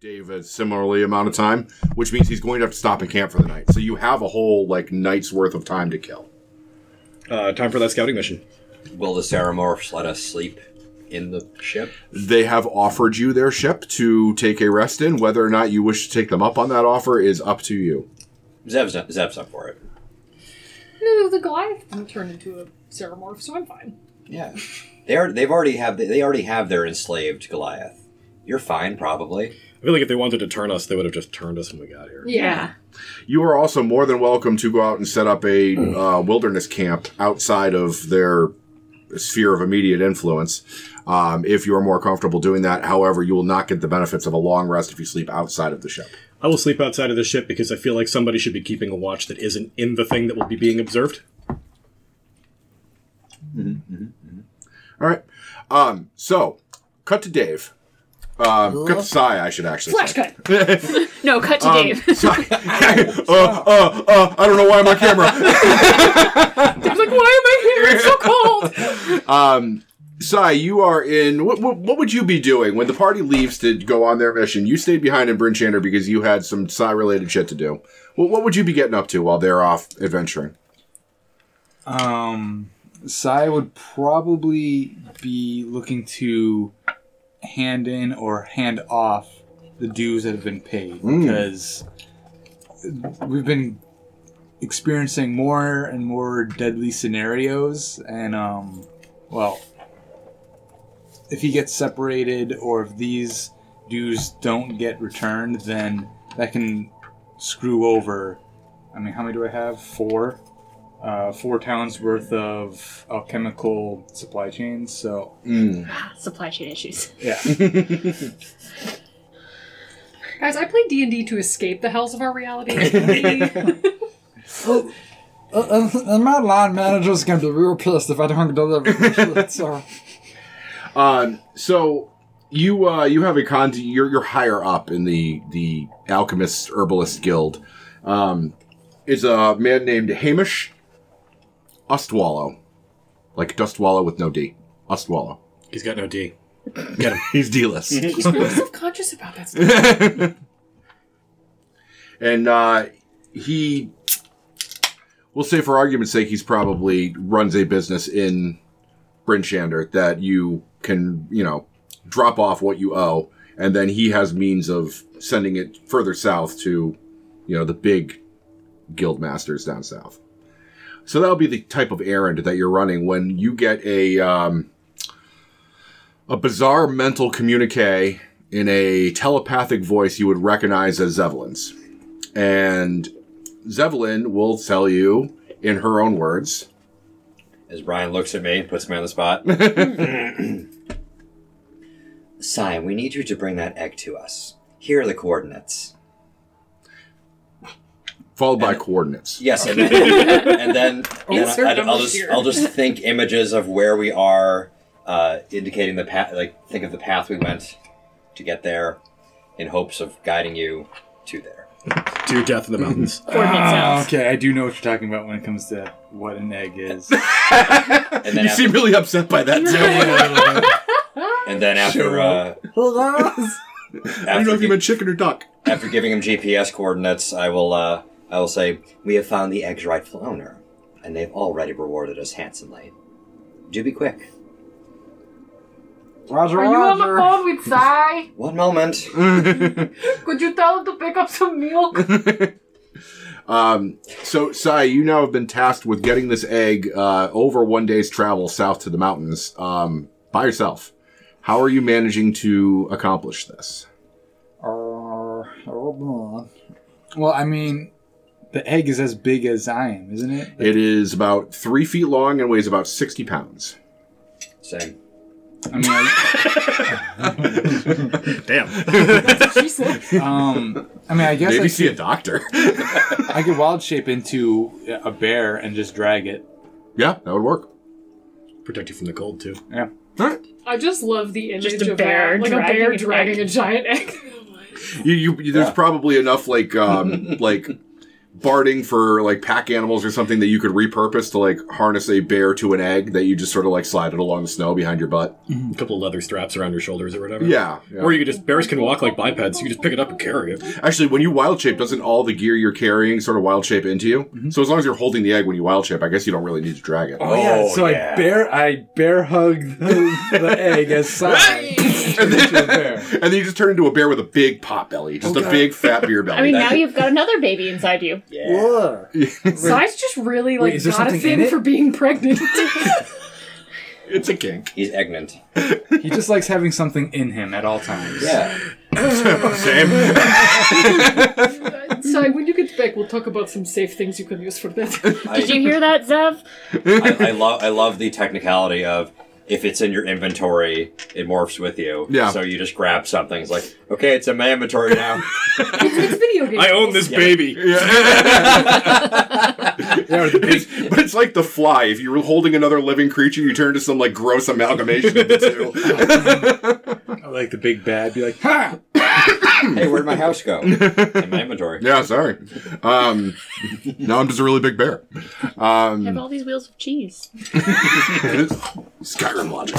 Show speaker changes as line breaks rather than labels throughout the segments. Dave a similarly amount of time, which means he's going to have to stop and camp for the night. So you have a whole like night's worth of time to kill.
Uh, time for that scouting mission.
Will the Saramorphs let us sleep in the ship?
They have offered you their ship to take a rest in. Whether or not you wish to take them up on that offer is up to you.
Zev's not, Zev's up for it.
No, the Goliath can turn into a Ceramorph, so I'm fine.
Yeah, they are. They've already have. They already have their enslaved Goliath. You're fine, probably.
I feel like if they wanted to turn us, they would have just turned us when we got here.
You are also more than welcome to go out and set up a uh, wilderness camp outside of their sphere of immediate influence um, if you are more comfortable doing that. However, you will not get the benefits of a long rest if you sleep outside of the ship.
I will sleep outside of the ship because I feel like somebody should be keeping a watch that isn't in the thing that will be being observed.
All right. Um, so, cut to Dave. Um, cut to Sai, I should actually
Flash
say.
cut.
No, cut
Um,
to Dave.
Sai- uh, uh, uh, I don't know why I'm on camera.
I'm like, why am I here? It's so cold.
Sai, you are in. What, what, what would you be doing when the party leaves to go on their mission? You stayed behind in Bryn Shander because you had some Sai related shit to do. Well, what would you be getting up to while they're off adventuring?
Um, Sai would probably be looking to hand in or hand off the dues that have been paid because we've been experiencing more and more deadly scenarios and um well if he gets separated or if these dues don't get returned then that can screw over i mean how many do i have four uh, four towns worth of alchemical supply chains. So
Supply chain issues.
yeah,
Guys, I play D&D to escape the hells of our reality. Really.
Uh,
And my line manager's gonna be real pissed if I don't deliver. this shit, so
Um, so you uh, you have a con. You're you're higher up in the the alchemist herbalist guild. Um, is a man named Hamish Ustwallow, like Dustwallow with no D. Ustwallow.
He's got no D. Get him.
He's D list.
He's really self-conscious about that stuff.
and uh, he we'll say for argument's sake he's probably runs a business in Brinshander that you can you know drop off what you owe and then he has means of sending it further south to you know the big guild masters down south so that'll be the type of errand that you're running when you get a um, a bizarre mental communique in a telepathic voice you would recognize as Zevelyn's. And Zevelyn will tell you, in her own words,
As Brian looks at me, puts me on the spot. Sai, we need you to bring that egg to us. Here are the coordinates.
followed by coordinates.
Yes, and then, and then and
Insert
I, will
number
just
here.
I'll just think images of where we are, uh, indicating the path. Like think of the path we went to get there, in hopes of guiding you to there.
To your death in the mountains.
Coordinate
Ah,
sounds.
okay. I do know what you're talking about when it comes to what an egg is.
And then
You seem
after,
really upset by that, too.
and then after uh,
hold on.
I don't know
after,
if you
gi-
meant chicken or duck.
after giving him GPS coordinates, I will uh, I will say we have found the egg's rightful owner, and they've already rewarded us handsomely. Do be quick.
Roger,
Are you on the
Roger.
phone with Sai?
One moment.
Could you tell him to pick up some milk?
Um, so, Sai, you now have been tasked with getting this egg uh, over one day's travel south to the mountains um, by yourself. How are you managing to accomplish this?
Uh, hold on.
oh, well, I mean, the egg is as big as I am, isn't it?
It is about three feet long and weighs about 60 pounds.
Same.
I mean, I,
Damn.
she said.
um, I mean, I guess
Maybe
I
see a
could,
doctor.
I could wild shape into a bear and just drag it.
yeah, that would work.
Protect you from the cold, too.
Yeah.
I just love the image
Just a
of
bear
that, like a bear
dragging
dragging
an
a giant egg.
You, you, there's probably enough like um like barding for like pack animals or something that you could repurpose to like harness a bear to an egg that you just sort of like slide it along the snow behind your butt.
A couple of leather straps around your shoulders or whatever.
Yeah. yeah.
Or you could just bears can walk like bipeds. You can just pick it up and carry it.
Actually, when you wild shape, doesn't all the gear you're carrying sort of wild shape into you? So as long as you're holding the egg when you wild shape, I guess you don't really need to drag it.
Oh, yeah,
Oh,
so
yeah.
I bear I bear hug the, the egg as side
And
into a
then,
bear.
and then you just turn into a bear with a big pot belly, just a big fat beer belly.
I mean, now you've got another baby inside you.
Yeah.
Whoa.
Side's just really like
Wait, is there
got a
something in
thing
it?
for being pregnant.
it's a kink.
He's egnant.
He just likes having something in him at all times.
Yeah.
Same.
Side, when you get back, we'll talk about some safe things you can use for that.
I,
Did you hear that, Zev?
I, I love I love the technicality of if it's in your inventory, it morphs with you.
Yeah.
So you just grab something. It's like, okay, it's in my inventory now.
it's video games.
I own this
Yeah.
baby.
Yeah, or the big,
but it's like the fly. If you're holding another living creature, you turn to some like gross amalgamation of the two.
like the big bad be like, ha!
hey, where'd my house go? In my inventory.
yeah, sorry. Um, now I'm just a really big bear.
I have all these wheels of cheese.
Skyrim logic.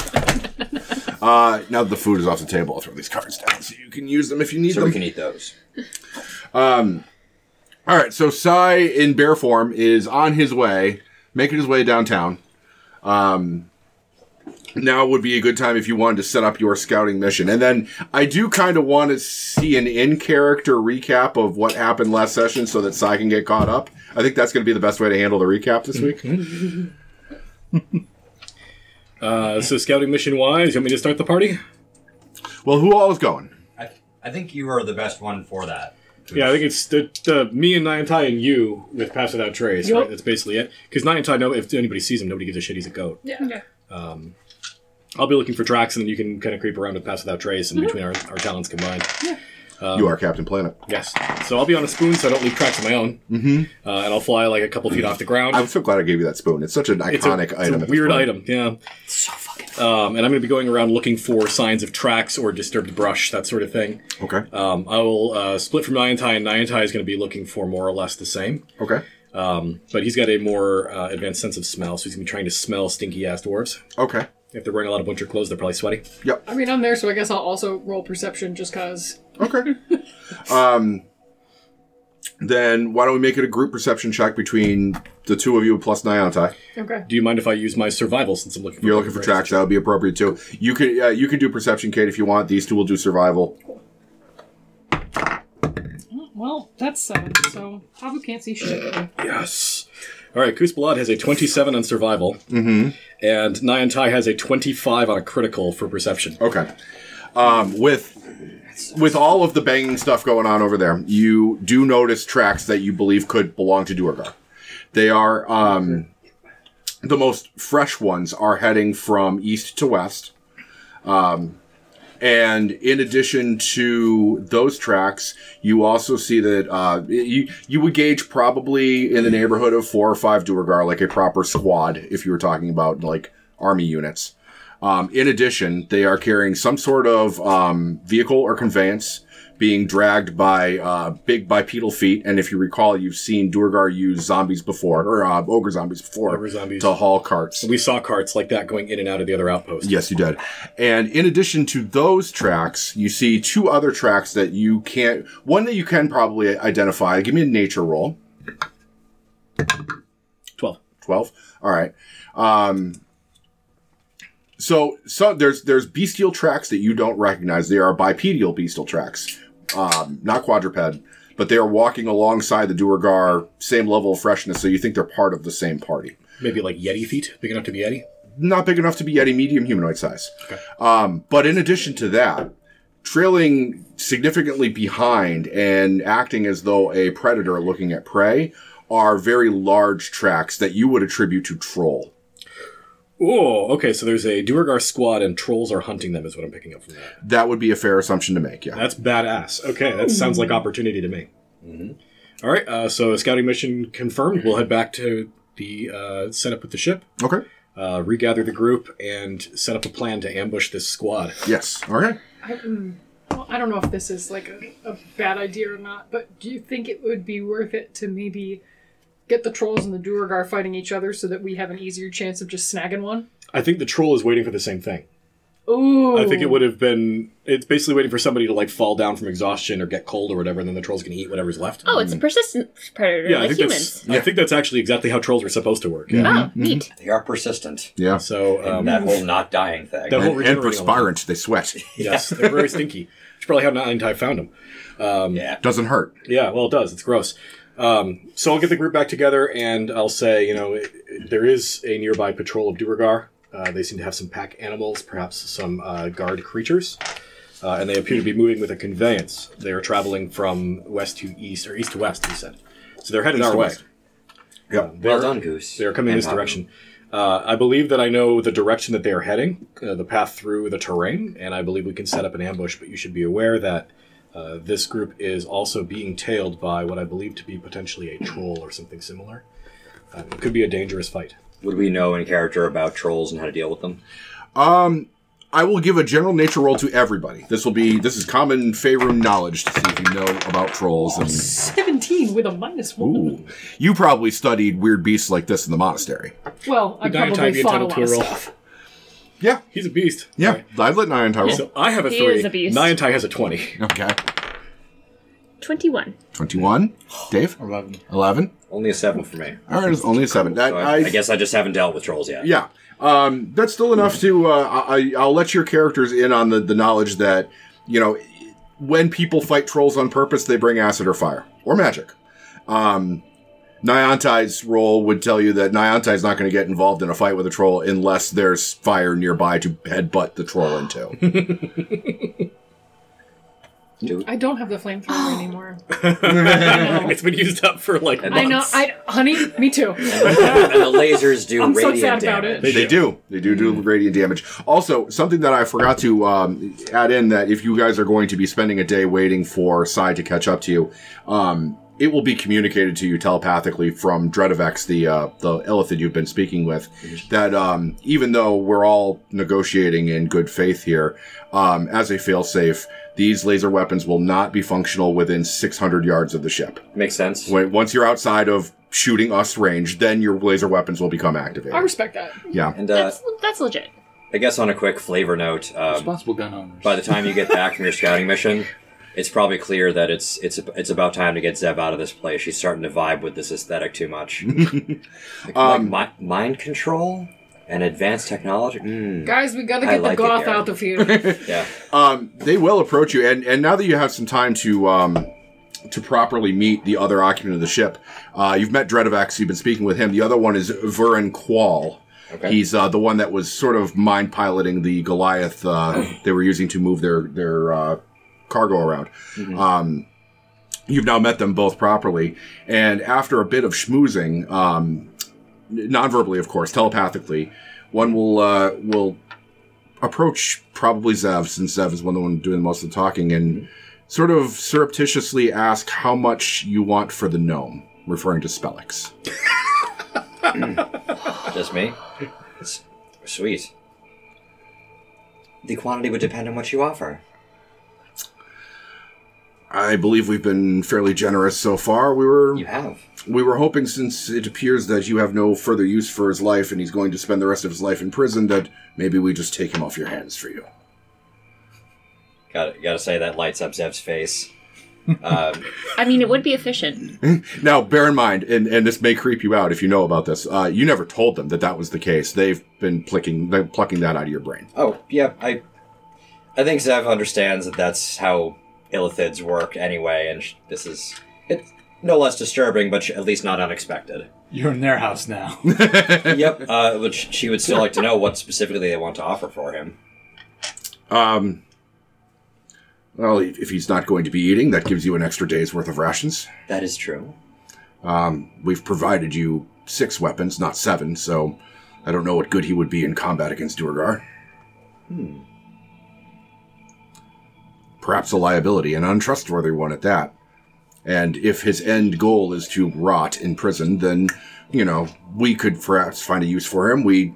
Uh, now that the food is off the table, I'll throw these cards down so you can use them if you need
So
them.
we can eat those.
All right, so Sai in bear form is on his way, making his way downtown. Um, now would be a good time if you wanted to set up your scouting mission. And then I do kind of want to see an in character recap of what happened last session so that Sai can get caught up. I think that's going to be the best way to handle the recap this week.
Uh, so scouting mission wise, you want me to start the party?
Well, who all is going?
I, I think you are the best one for that.
Yeah, I think it's the, the me and Niantai and you with Pass Without Trace.
Yup.
Right? That's basically it. Because Niantai, no, if anybody sees him, nobody gives a shit. He's a goat.
Yeah. yeah.
I'll be looking for tracks, and then you can kind of creep around with Pass Without Trace, and between our, our talents combined. Um,
you are Captain Planet.
Yes. So I'll be on a spoon, so I don't leave tracks of my own. Mm-hmm. Uh, and I'll fly like a couple feet off the ground.
I'm so glad I gave you that spoon. It's such an
it's a,
iconic
it's a
item. at this
weird
point.
item, yeah. It's so fucking. Um, and I'm going to be going around looking for signs of tracks or disturbed brush, that sort of thing.
Okay.
Um, I will uh, split from Niantai, and Niantai is going to be looking for more or less the same.
Okay.
But he's got a more uh, advanced sense of smell, so he's going to be trying to smell stinky ass dwarves.
Okay.
If they're wearing a lot of winter clothes, they're probably sweaty.
Yep.
I mean, I'm there, so I guess I'll also roll perception just because.
Okay. um, then why don't we make it a group perception check between the two of you plus Niantai?
Okay.
Do you mind if I use my survival since I'm looking for
You're looking for tracks. That would be appropriate too. You can uh, you can do perception, Kate, if you want. These two will do survival.
Well, that's seven, so Havu can't see shit.
Yes. All right, Kuzbalad has a 27 on survival, mm-hmm. and Niantai has a 25 on a critical for perception.
Okay. Um, with with all of the banging stuff going on over there, you do notice tracks that you believe could belong to Duergar. They are um, the most fresh ones are heading from east to west. Um, And in addition to those tracks, you also see that uh, you you would gauge probably in the neighborhood of four or five Duergar, like a proper squad, if you were talking about like army units. Um, in addition, they are carrying some sort of um, vehicle or conveyance being dragged by uh, big bipedal feet. And if you recall, you've seen Duergar use zombies before, or uh, ogre zombies before,
Ogre zombies.
to haul carts.
We saw carts like that going in and out of the other outpost.
Yes, you did. And in addition to those tracks, you see two other tracks that you can't. One that you can probably identify. Give me a nature roll.
12.
Twelve. All right. Um, so so there's there's bestial tracks that you don't recognize. They are bipedal bestial tracks, um, not quadruped. But they are walking alongside the Duergar, same level of freshness. So you think they're part of the same party.
Maybe like Yeti feet, big enough to be Yeti.
not big enough to be Yeti medium humanoid size. Um, but in addition to that, trailing significantly behind and acting as though a predator looking at prey are very large tracks that you would attribute to troll.
Oh, okay, so there's a Duergar squad and trolls are hunting them, is what I'm picking up from that.
That would be a fair assumption to make, yeah.
That's badass. Okay, that sounds like opportunity to me. All right, uh, so scouting mission confirmed. We'll head back to the uh, setup with the ship,
Okay.
uh, regather the group, and set up a plan to ambush this squad.
Yes. Okay.
I, mm, Well, I don't know if this is like a, a bad idea or not, but do you think it would be worth it to maybe get the trolls and the Duergar fighting each other so that we have an easier chance of just snagging one?
I think the troll is waiting for the same thing.
Ooh.
I think it would have been. It's basically waiting for somebody to like fall down from exhaustion or get cold or whatever, and then the troll's gonna eat whatever's left.
Oh, it's a persistent predator
yeah, I
like
think
humans.
that's. I think that's actually exactly how trolls are supposed to work. Yeah.
Oh, neat.
They are persistent.
Yeah.
So um,
And that whole not dying thing.
The
And,
whole-
and
regenerating a
perspirant, they sweat.
yes, they're very stinky. It's probably how Nightingale found them.
yeah.
Doesn't hurt.
Yeah, well, it does. It's gross. Um, so I'll get the group back together, and I'll say, you know, it, it- there is a nearby patrol of Duergar. Uh, they seem to have some pack animals, perhaps some uh, guard creatures, uh, and they appear to be moving with a conveyance. They are traveling from west to east, or east to west, he said. So they're headed
East
our
to
way.
west. Yep.
Well
They're-
done, Goose.
They're coming in
And um,
this
Papa.
direction. Uh, I believe that I know the direction that they are heading, uh, the path through the terrain, and I believe we can set up an ambush. But you should be aware that uh, this group is also being tailed by what I believe to be potentially a troll or something similar. Uh, it could be a dangerous fight.
Would we know in character about trolls and how to deal with them?
Um, I will give a general nature roll to everybody. This will be this is common Faerun knowledge to see if you know about trolls. And
17 with a minus one.
ooh, you probably studied weird beasts like this in the monastery.
Well, I probably thought a lot of stuff.
Yeah,
He's a beast.
yeah.
Right.
I've let Nyan roll.
So I have a
He
three.
is a beast.
Niantai has a twenty.
Okay,
21.
twenty-one. Dave,
11.
eleven.
Only a seven for me.
All right, it's only a seven. That,
So I, I
I,
guess I just haven't dealt with trolls yet.
yeah. Um, that's still enough to. Uh, I, I'll let your characters in on the, the knowledge that you know when people fight trolls on purpose, they bring acid or fire or magic. Um, Niantai's role would tell you that Niantai's not going to get involved in a fight with a troll unless there's fire nearby to headbutt the troll into.
I don't have the flamethrower anymore.
it's been used up for like
And
months.
I know. I honey, me too.
and the lasers do
I'm so
radiant
sad about
damage.
it.
they do. They do do radiant damage. Also, something that I forgot to um, add in that if you guys are going to be spending a day waiting for Psy to catch up to you, um, it will be communicated to you telepathically from Dredovex, the uh, the Illithid you've been speaking with, that um, even though we're all negotiating in good faith here, um, as a failsafe, these laser weapons will not be functional within 600 yards of the ship.
Makes sense.
When, once you're outside of shooting us range, then your laser weapons will become activated.
I respect that.
yeah.
And uh,
That's, that's legit.
I guess on a quick flavor note, um,
Responsible gun owners.
by the time you get back from your scouting mission, it's probably clear that it's it's it's about time to get Zeb out of this place. She's starting to vibe with this aesthetic too much. like, like mi- mind control and advanced technology. Mm,
Guys, we gotta
I
get
like it
the goth
here.
out of here.
yeah,
Um, they will approach you, and, and now that you have some time to um, to properly meet the other occupant of the ship, uh, you've met Dredovax, you've been speaking with him. The other one is Vurin Qual.
Okay.
He's uh, the one that was sort of mind piloting the Goliath uh, they were using to move their their uh, cargo around. Um, you've now met them both properly, and after a bit of schmoozing, um, non-verbally, of course, telepathically, one will uh, will approach probably Zev, since Zev is one of the one doing most of the talking, and sort of surreptitiously ask how much you want for the gnome, referring to Spellix.
just me. It's sweet. The quantity would depend on what you offer.
I believe we've been fairly generous so far. We were
You have.
we were hoping, since it appears that you have no further use for his life, and he's going to spend the rest of his life in prison, that maybe we just take him off your hands for you.
Got got to say that lights up Zeb's face. Um,
I mean, it would be efficient.
Now, bear in mind, and, and this may creep you out if you know about this. Uh, you never told them that that was the case. They've been plucking, they're plucking that out of your brain.
Oh yeah, I, I think Zev understands that that's how Illithids work anyway, and sh- this is it's no less disturbing, but sh- at least not unexpected.
You're in their house now.
yep, uh, but sh- she would still like to know what specifically they want to offer for him.
Um, well, if if he's not going to be eating, that gives you an extra day's worth of rations.
That is true.
We've provided you six weapons, not seven, so I don't know what good he would be in combat against Duergar. Hmm. Perhaps a liability, an untrustworthy one at that. And if his end goal is to rot in prison, then, you know, we could perhaps find a use for him. We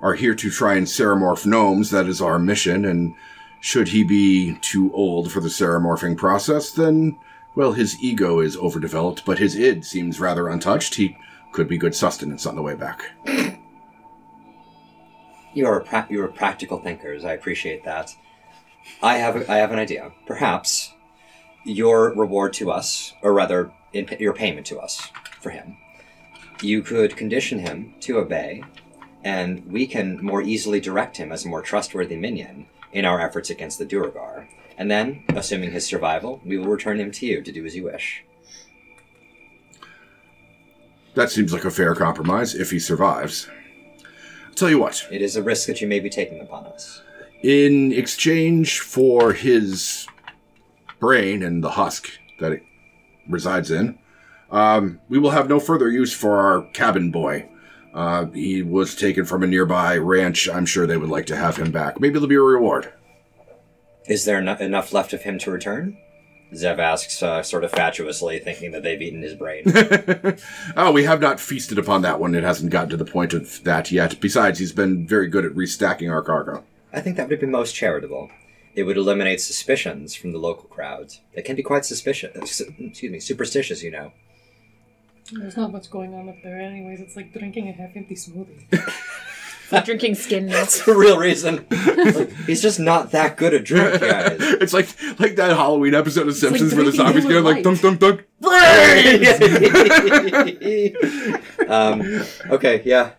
are here to try and seramorph gnomes, that is our mission, and Should he be too old for the seramorphing process, then, well, his ego is overdeveloped, but his id seems rather untouched. He could be good sustenance on the way back.
You are a pra- you are practical thinkers. I appreciate that. I have a, I have an idea. Perhaps your reward to us, or rather, in, pa- your payment to us for him, you could condition him to obey, and we can more easily direct him as a more trustworthy minion in our efforts against the Duragar. And then, assuming his survival, we will return him to you to do as you wish.
That seems like a fair compromise if he survives. I'll tell you what,
It is a risk that you may be taking upon us.
in exchange for his brain and the husk that it resides in, um, we will have no further use for our cabin boy. Uh, he was taken from a nearby ranch. I'm sure they would like to have him back. Maybe there'll be a reward.
Is there eno- enough left of him to return? Zev asks, uh, sort of fatuously, thinking that they've eaten his brain.
oh, we have not feasted upon that one. It hasn't gotten to the point of that yet. Besides, he's been very good at restacking our cargo.
I think that would be most charitable. It would eliminate suspicions from the local crowds. They can be quite suspicious. uh, su- Excuse me, superstitious, you know.
There's not much going on up there, anyways. It's like drinking a half-empty smoothie.
I'm drinking skin milk.
That's the real reason. Like, he's just not that good at drink, guys.
it's like like that Halloween episode of Simpsons where the
drinking
zombies go
human
like dunk
life.
dunk dunk brains.
um, okay, yeah.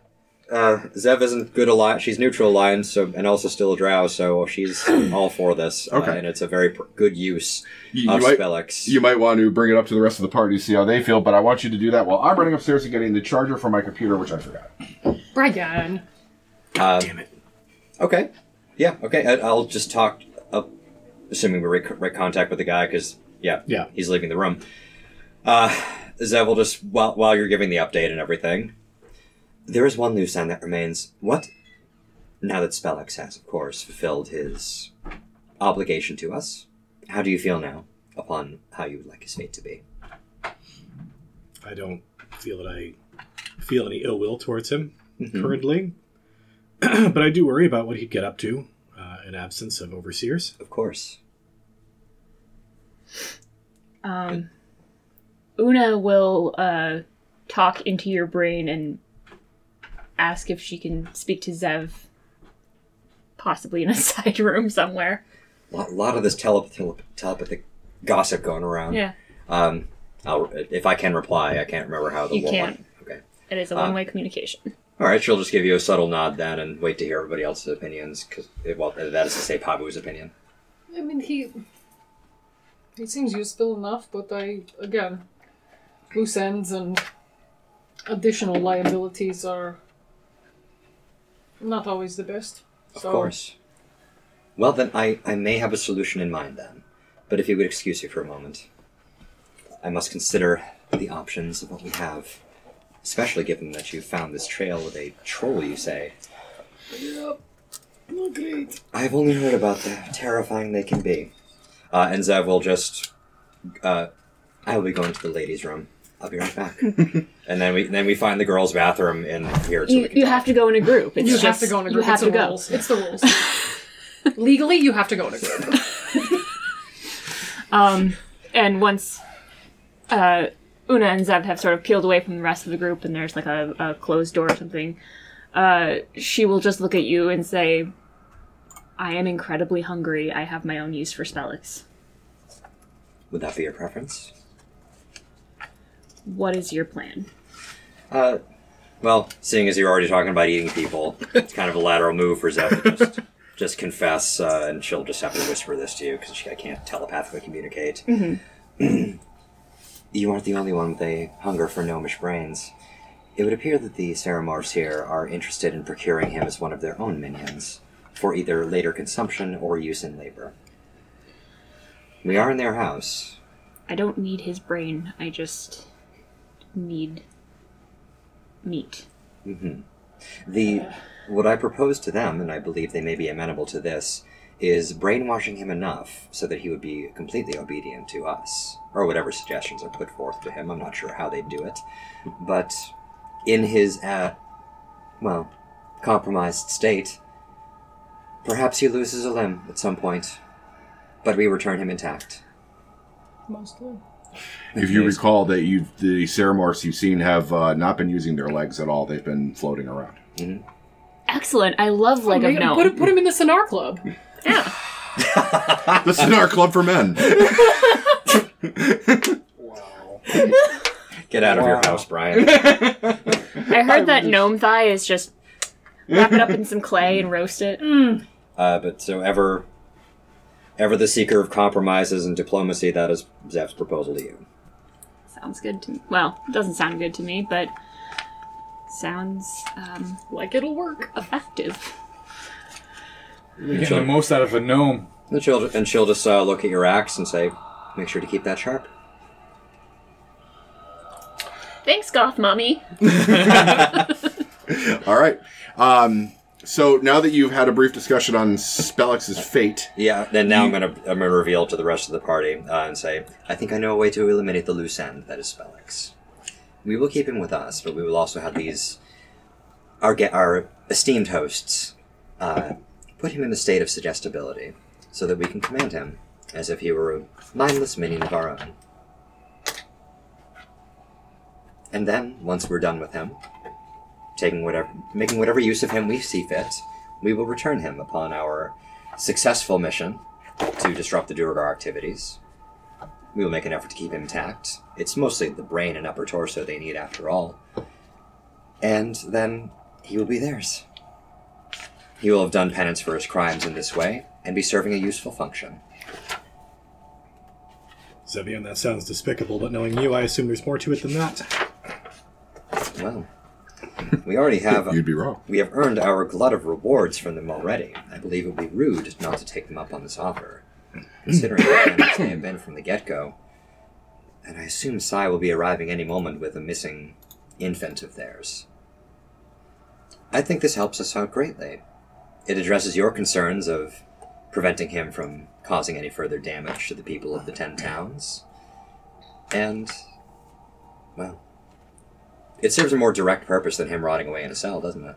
Uh, Zev isn't good aligned. She's neutral aligned, so and also still a drow, so she's all for this. uh,
Okay.
and it's a very pr- good use
You-
of
you might-
Spellix.
You might want to bring it up to the rest of the party, see how they feel, but I want you to do that while I'm running upstairs and getting the charger for my computer, which I forgot.
Brian.
damn it. Okay. Yeah. Okay. I, I'll just talk. Up, assuming we're in right contact with the guy, because yeah,
Yeah.
he's leaving the room. Uh, Zev will just while while you're giving the update and everything. There is one loose end that remains. What? Now that Spellex has, of course, fulfilled his obligation to us, how do you feel now upon how you would like his fate to be?
I don't feel that I feel any ill will towards him currently, but I do worry about what he'd get up to uh, in absence of overseers.
Of course.
Um, Una will uh, talk into your brain and ask if she can speak to Zev, possibly in a side room somewhere.
A lot, lot of this tele- tele- telepathic gossip going around.
Yeah,
Um, I'll, if I can reply, I can't remember how the
You
one-
can't.
Okay.
it is a
Uh,
one-way communication.
All right, she'll just give you a subtle nod then, and wait to hear everybody else's opinions. Because well, that is to say, Pabu's opinion.
I mean, he he seems useful enough, but I again, loose ends and additional liabilities are not always the best.
Of course. Well, then I, I may have a solution in mind then, but if you would excuse me for a moment, I must consider the options of what we have, especially given that you found this trail with a troll. You say.
Not great.
I've only heard about the terrifying they can be. Uh, and Zev will just. Uh, I will be going to the ladies' room. I'll be right back. and then we then we find the girls' bathroom in here. So we
You,
can
you
talk.
have to go in a group. It's
You
just,
have to go in a group.
You have
it's
to
the
go.
rules. It's the rules. Legally, you have to go in a group.
Um, and once uh, Una and Zev have sort of peeled away from the rest of the group, and there's like a, a closed door or something, uh, she will just look at you and say, "I am incredibly hungry. I have my own use for Spellix.
Would that be your preference?
What is your plan?"
Uh, well, seeing as you're already talking about eating people, it's kind of a lateral move for Zev to just, just confess, uh, and she'll just have to whisper this to you because I can't telepathically communicate. you aren't the only one with a hunger for gnomish brains. It would appear that the Saramars here are interested in procuring him as one of their own minions for either later consumption or use in labor. We are in their house.
I don't need his brain. I just need meat.
The what I propose to them, and I believe they may be amenable to this, is brainwashing him enough so that he would be completely obedient to us, or whatever suggestions are put forth to him. I'm not sure how they do it, but in his uh, well compromised state, Perhaps he loses a limb at some point, but we return him intact.
Mostly.
If you recall that you the Ceramorphs you've seen have uh, not been using their legs at all; they've been floating around.
Excellent. I love Leg of
Make-
Gnome.
Oh, put, him- put him in the Sonar Club.
This is our club for men.
Get out of your house, Brian.
I heard that gnome thigh is just wrap it up in some clay and roast it.
Uh, but so ever, ever the seeker of compromises and diplomacy, that is Zeph's proposal to you.
Sounds good to me. Well, it doesn't sound good to me, but sounds um,
Like it'll work.
effective.
You're getting the most out of a gnome.
And she'll, and she'll just uh, look at your axe and say, "Make sure to keep that sharp."
Thanks, Goth Mummy.
all right. Um, so now that you've had a brief discussion on Spellex's fate,
Yeah. Then now I'm gonna I'm gonna reveal to the rest of the party uh, and say, "I think I know a way to eliminate the loose end that is Spellix. We will keep him with us, but we will also have these our ge- our esteemed hosts uh, put him in a state of suggestibility, so that we can command him as if he were a mindless minion of our own." And then, once we're done with him, taking whatever, making whatever use of him we see fit, we will return him upon our successful mission to disrupt the Duragar activities. We will make an effort to keep him intact. It's mostly the brain and upper torso they need, after all. And then he will be theirs. He will have done penance for his crimes in this way and be serving a useful function.
Zevion, that sounds despicable, but knowing you, I assume there's more to it than that.
Well, we already have
you'd be wrong.
We have earned our glut of rewards from them already. I believe it would be rude not to take them up on this offer, considering how damaged they have been from the get go. And I assume Sai will be arriving any moment with a missing infant of theirs. I think this helps us out greatly. It addresses your concerns of preventing him from causing any further damage to the people of the Ten Towns. And, well, it serves a more direct purpose than him rotting away in a cell, doesn't it?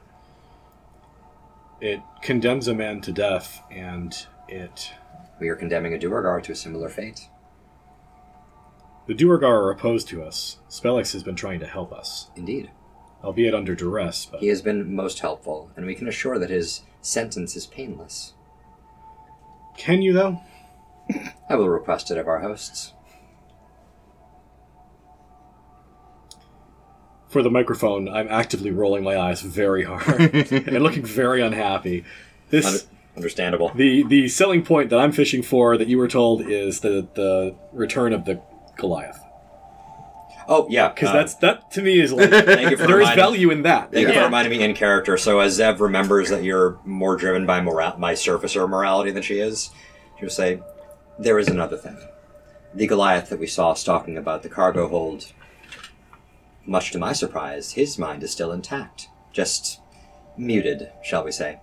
It condemns a man to death, and it.
We are condemning a Duergar to a similar fate.
The Duergar are opposed to us. Spellix has been trying to help us,
Indeed.
albeit under duress, but
He has been most helpful, and we can assure that his sentence is painless.
can you, though?
I will request it of our hosts.
For the microphone, I'm actively rolling my eyes very hard and looking very unhappy. This.
Under- understandable.
The the selling point that I'm fishing for that you were told is the the return of the Goliath
Oh, yeah.
because
uh,
that's that to me is like
Thank you for
there is
reminding-
value in that.
Thank you
Yeah.
for reminding me in character. So, as Zev remembers that you're more driven by mora- my surfacer morality than she is, she'll say, There is another thing. The Goliath that we saw stalking about the cargo hold, much to my surprise, his mind is still intact. Just muted, shall we say.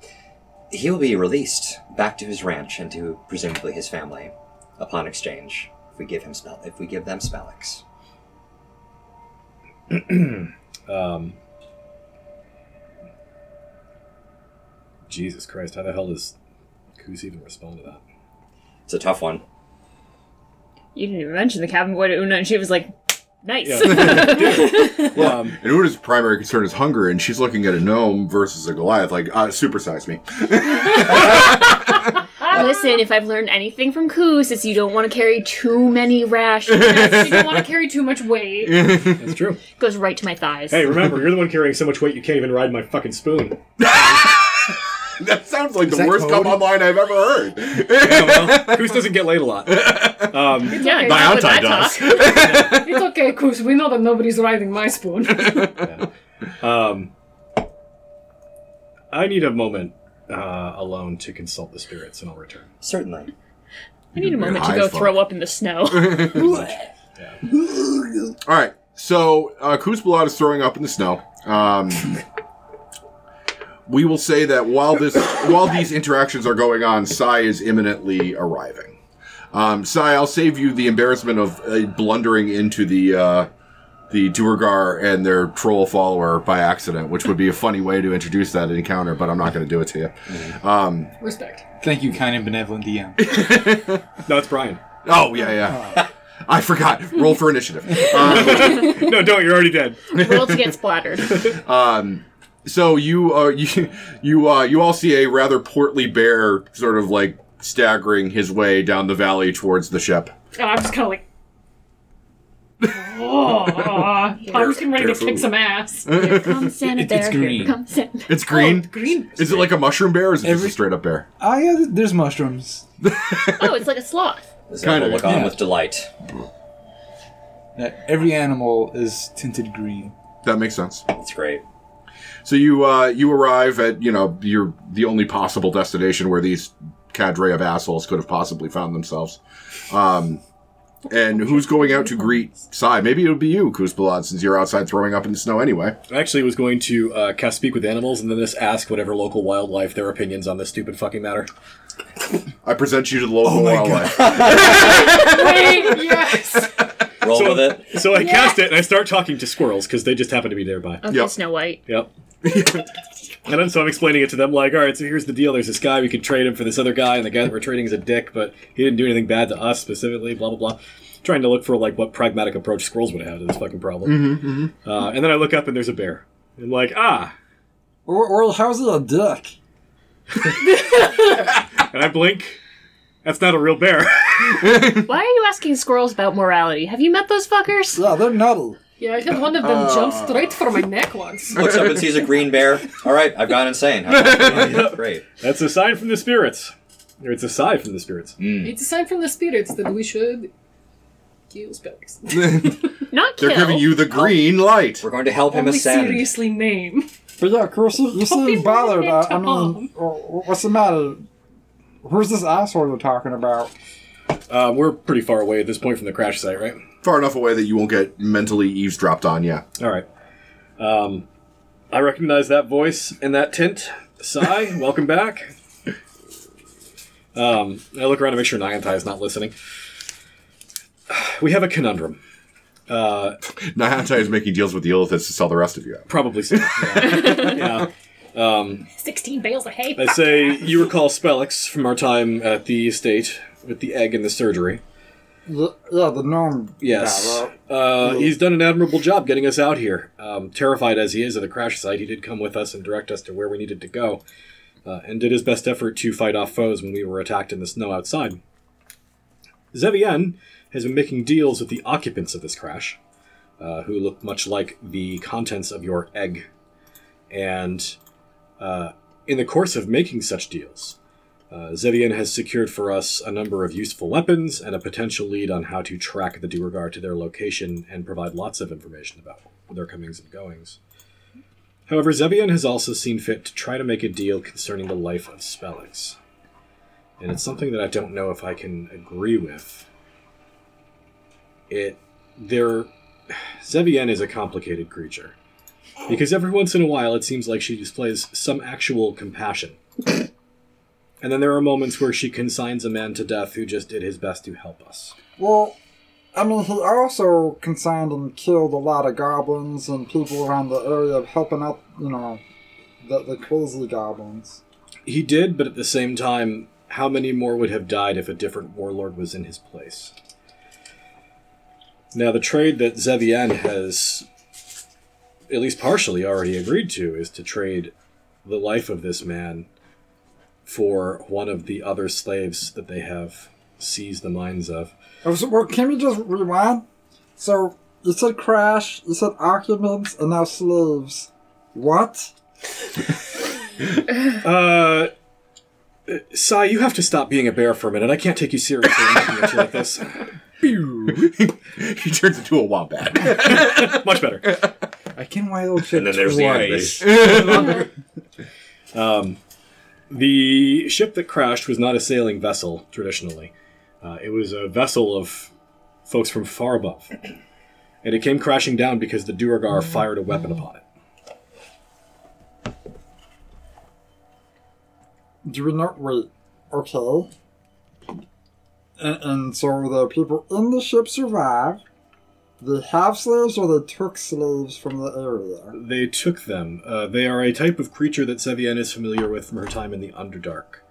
He'll be released back to his ranch and to presumably his family upon exchange if we give him spell if we give them Spellix.
Um, Jesus Christ, how the hell does Coos even respond to that?
It's a tough one.
You didn't even mention the cabin boy to Una, and she was like, nice.
Um,
And Una's primary concern is hunger, and she's looking at a gnome versus a Goliath. Like, uh, supersize me.
Listen, if I've learned anything from Coos, it's you don't want to carry too many rations.
you don't want to carry too much weight.
that's true.
goes right to my thighs.
Hey, remember, you're the one carrying so much weight you can't even ride my fucking spoon.
That sounds like the
that
worst
code?
come online I've ever heard.
Yeah, Oh, well, Coos doesn't get laid a lot. Um,
yeah,
My
that's
auntie
what I
does.
talk.
It's okay, Coos. We know that nobody's riding my spoon.
um, I need a moment uh, alone to consult the spirits, and I'll return.
Certainly.
I need a moment to
High
go
fuck.
throw up in the snow.
All right. So uh, Coos Blood is throwing up in the snow. Um, we will say that while this, while these interactions are going on, Sai is imminently arriving. Um, Sai, I'll save you the embarrassment of uh, blundering into the uh, the Duergar and their troll follower by accident, which would be a funny way to introduce that encounter, but I'm not going to do it to you.
Respect.
Thank you, kind and benevolent DM.
No, it's Brian.
Oh, yeah, yeah. I forgot. Roll for initiative. Uh,
no, don't. You're already dead.
Roll to get splattered.
so you uh, you you uh, you all see a rather portly bear sort of like staggering his way down the valley towards the ship.
And I'm just kind of like. oh, I'm just getting ready to
Careful.
kick some ass. Oh,
Come Santa
It- it's
Bear.
green.
Come Santa.
It's green.
Green.
Is it like a mushroom bear or is it just
Every-
a straight up bear?
Ah, yeah, th- there's mushrooms.
Oh, it's like a sloth.
Is that
Kinda,
will look on
yeah.
with delight.
That every animal is tinted green.
That makes sense.
That's great.
So you uh, you arrive at you know you're the only possible destination where these cadre of assholes could have possibly found themselves. Um, and who's going out to greet Sai? Maybe it'll be you, Kuzbalad, since you're outside throwing up in the snow anyway.
I actually was going to uh, cast Speak with Animals and then just ask whatever local wildlife their opinions on this stupid fucking matter.
I present you to the local wildlife.
Wait, yes.
Roll
So-
with it.
So I cast it and I start talking to squirrels because they just happen to be nearby.
Okay,
Yep.
Snow White.
Yep. and then, so I'm explaining it to them like, all right, so here's the deal. There's this guy, we could trade him for this other guy, and the guy that we're trading is a dick, but he didn't do anything bad to us specifically, blah, blah, blah. Trying to look for like what pragmatic approach squirrels would have to this fucking problem. Uh, and then I look up and there's a bear. And like, ah.
Or, or how's it a duck?
And I blink. That's not a real bear.
Why are you asking squirrels about morality? Have you met those fuckers?
Yeah, Ah, they're nettle.
Yeah, I had one of them
Uh.
jump straight for my neck once.
Looks up and sees a green bear. All right, I've gone insane. great.
That's a sign from the spirits. Or it's a sigh from the spirits.
Hmm.
It's a sign from the spirits that we should kill spirits.
Not kill.
They're giving you
Oh.
the green light.
We're going to help him
Only
ascend.
seriously name.
But yeah, Chris, you you seem
Puppy
bothered. I, I
wanted
mean, or- or what's the matter? Who's this asshole you're talking about?
Uh, we're pretty far away at this point from the crash site, right?
Far enough away that you won't get mentally eavesdropped on, yeah.
All right. Um, I recognize that voice and that tint. Sigh, welcome back. Um, I look around to make sure Niantai is not listening. We have a conundrum. Uh,
Niantai is making deals with the Illithids to sell the rest of you out.
probably so. Yeah. yeah. Um,
16 bales of hay.
I say you recall Spellix from our time at the estate with the egg and the surgery.
The, yeah, the gnome.
Yes.
guy, right?
uh, he's done an admirable job getting us out here. Um, terrified as he is of the crash site, he did come with us and direct us to where we needed to go, uh, and did his best effort to fight off foes when we were attacked in the snow outside. Zevien has been making deals with the occupants of this crash, uh, who look much like the contents of your egg. And uh, in the course of making such deals, uh, Zevian has secured for us a number of useful weapons and a potential lead on how to track the Duergar to their location and provide lots of information about their comings and goings. However, Zevian has also seen fit to try to make a deal concerning the life of Spellix. And it's something that I don't know if I can agree with. It. There. Zevian is a complicated creature. Because every once in a while it seems like she displays some actual compassion. And then there are moments where she consigns a man to death who just did his best to help us.
Well, I mean, he also consigned and killed a lot of goblins and people around the area of helping out, you know, the, the crazy goblins.
He did, but at the same time, how many more would have died if a different warlord was in his place? Now, the trade that Zevian has, at least partially, already agreed to is to trade the life of this man for one of the other slaves that they have seized the minds of.
Oh, so- Well, can we just rewind? So, you said crash, you said occupants, and now slaves. What?
Uh, Sai, you have to stop being a bear for a minute. I can't take you seriously when I'm looking at you like this.
he turns into a wombat.
Much better.
I can wild check twice.
Um, The ship that crashed was not a sailing vessel traditionally. Uh, it was a vessel of folks from far above. And it came crashing down because the Duergar fired a weapon upon it.
Do we not wait? Okay. And, and so the people in the ship survive, They have slaves or they took slaves from the area?
They took them. Uh, they are a type of creature that Sevian is familiar with from her time in the Underdark.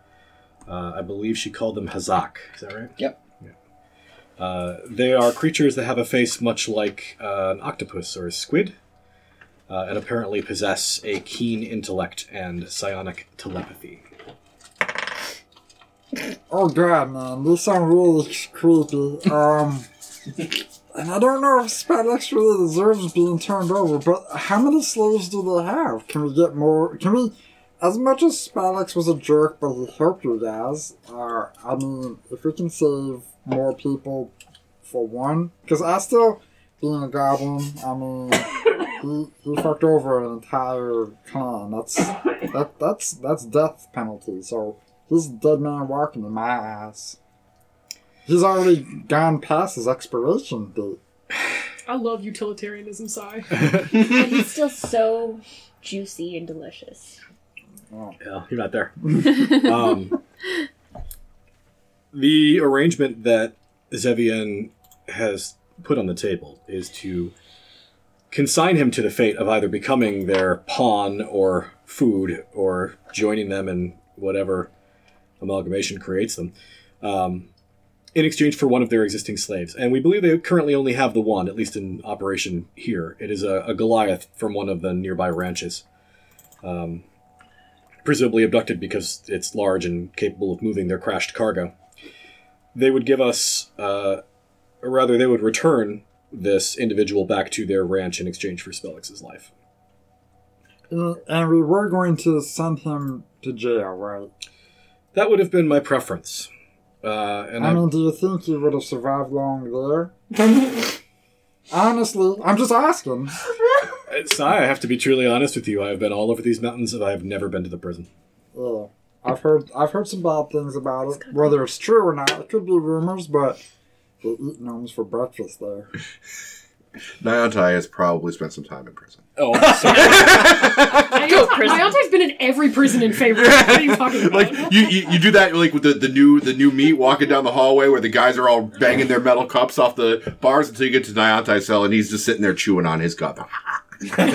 Uh, I believe she called them Hazak. Is that right?
Yep.
Yeah. Uh, they are creatures that have a face much like uh, an octopus or a squid, uh, and apparently possess a keen intellect and psionic telepathy.
Oh god, man, these sound really creepy. Um, and I don't know if Spadex really deserves being turned over, but how many slaves do they have? Can we get more? Can we? As much as Spadex was a jerk, but he helped you guys. Uh, I mean, if we can save more people for one, because I still, being a goblin, I mean, he, he fucked over an entire clan. That's that that's that's death penalty. So he's a dead man walking in my eyes. He's already gone past his expiration date.
I love utilitarianism, Sigh.
But he's still so juicy and delicious.
Yeah, you're not there. um, the arrangement that Zevian has put on the table is to consign him to the fate of either becoming their pawn or food or joining them in whatever amalgamation creates them um, in exchange for one of their existing slaves. And we believe they currently only have the one, at least in operation here. It is a, a Goliath from one of the nearby ranches. Um, presumably abducted because it's large and capable of moving their crashed cargo. They would give us, uh, or rather, they would return this individual back to their ranch in exchange for Spellix's life.
And and we were going to send him to jail, right?
That would have been my preference. Uh, and
I
I,
mean, do you think he would have survived long there? Honestly, I'm just asking.
Sai, I have to be truly honest with you. I have been all over these mountains and I have never been to the prison.
Yeah. I've heard I've heard some bad things about it. Whether it's true or not, it could be rumors, but they eat gnomes for breakfast there.
Niantai has probably spent some time in prison.
Oh,
prison.
Leonte's been in every prison in favor. What are you talking about?
like you, you, you do that like with the, the new the new meat walking down the hallway where the guys are all banging their metal cups off the bars until you get to Niantai's cell and he's just sitting there chewing on his cup.
he's got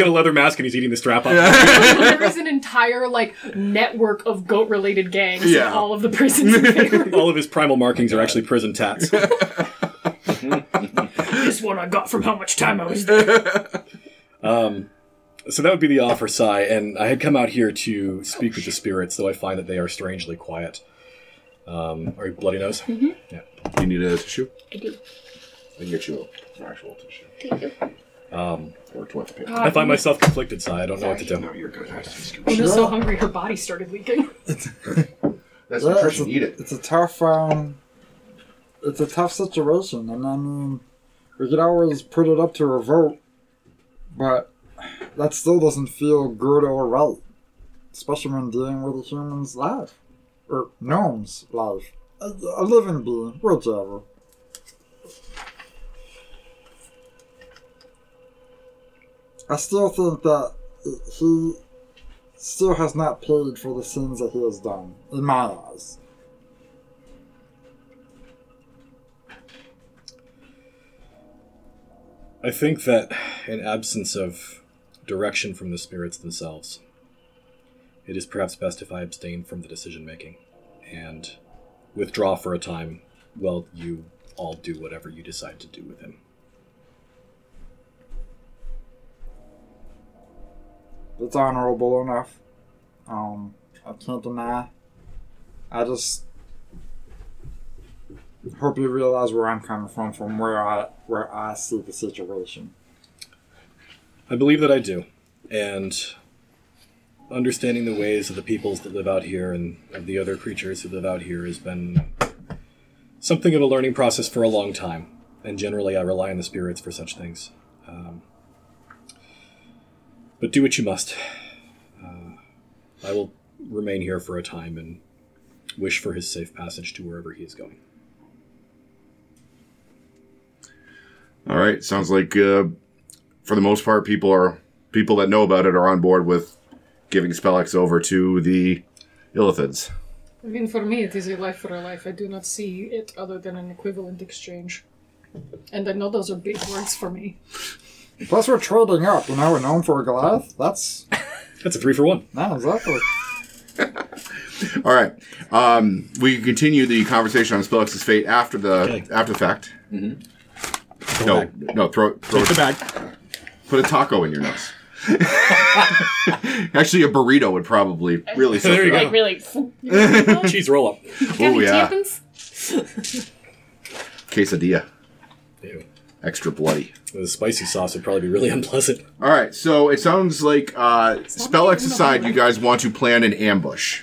a leather mask and he's eating the strap off.
there is an entire like network of goat-related gangs
Yeah.
in all of the prisons. in favor.
All of his primal markings are actually prison tats.
this one I got from how much time I was there.
Um, so that would be the offer, Sai, and I had come out here to speak with the spirits, though I find that they are strangely quiet. Um, are you bloody nose?
You need a tissue?
I do.
I can get you an actual tissue
Thank you.
Um,
or toilet paper.
I find myself conflicted, Sai. I don't know what to do.
No, you're good. That's
Una's so hungry her body started leaking.
Yeah, it's,
nutrition.
a,
Eat it.
it's a tough um it's a tough situation and I mean we could always put it up to a vote but that still doesn't feel good or right. Especially when dealing with a human's life. Or gnome's life. A, a living being, whichever. I still think that he still has not paid for the sins that he has done, in my eyes.
I think that in absence of direction from the spirits themselves, it is perhaps best if I abstain from the decision making and withdraw for a time while you all do whatever you decide to do with him.
It's honorable enough. Um, I can't deny. I just hope you realize where I'm coming from, from where I where I see the situation.
I believe that I do. And understanding the ways of the peoples that live out here and of the other creatures who live out here has been something of a learning process for a long time. And generally, I rely on the spirits for such things. Um, but do what you must. Uh, I will remain here for a time and wish for his safe passage to wherever he is going.
All right. Sounds like uh, for the most part, people are people that know about it are on board with giving Spellex over to the Illithids.
I mean, for me, it is a life for a life. I do not see it other than an equivalent exchange. And I know those are big words for me.
Plus, we're trading up. You know, we're known for a Goliath. That's
That's a three for one.
not exactly.
All right. Um, we can continue the conversation on Spellx's fate after the
Okay.
after the fact. No, no, throw, throw
Take the
it,
bag.
put a taco in your nose. Actually, a burrito would probably really soak
There
it
you
up.
Like really,
Cheese roll up.
Oh yeah,
Tampons?
quesadilla,
Ew.
extra bloody.
The spicy sauce would probably be really unpleasant.
All right, so it sounds like uh, spell
even
aside, you guys want to plan an ambush,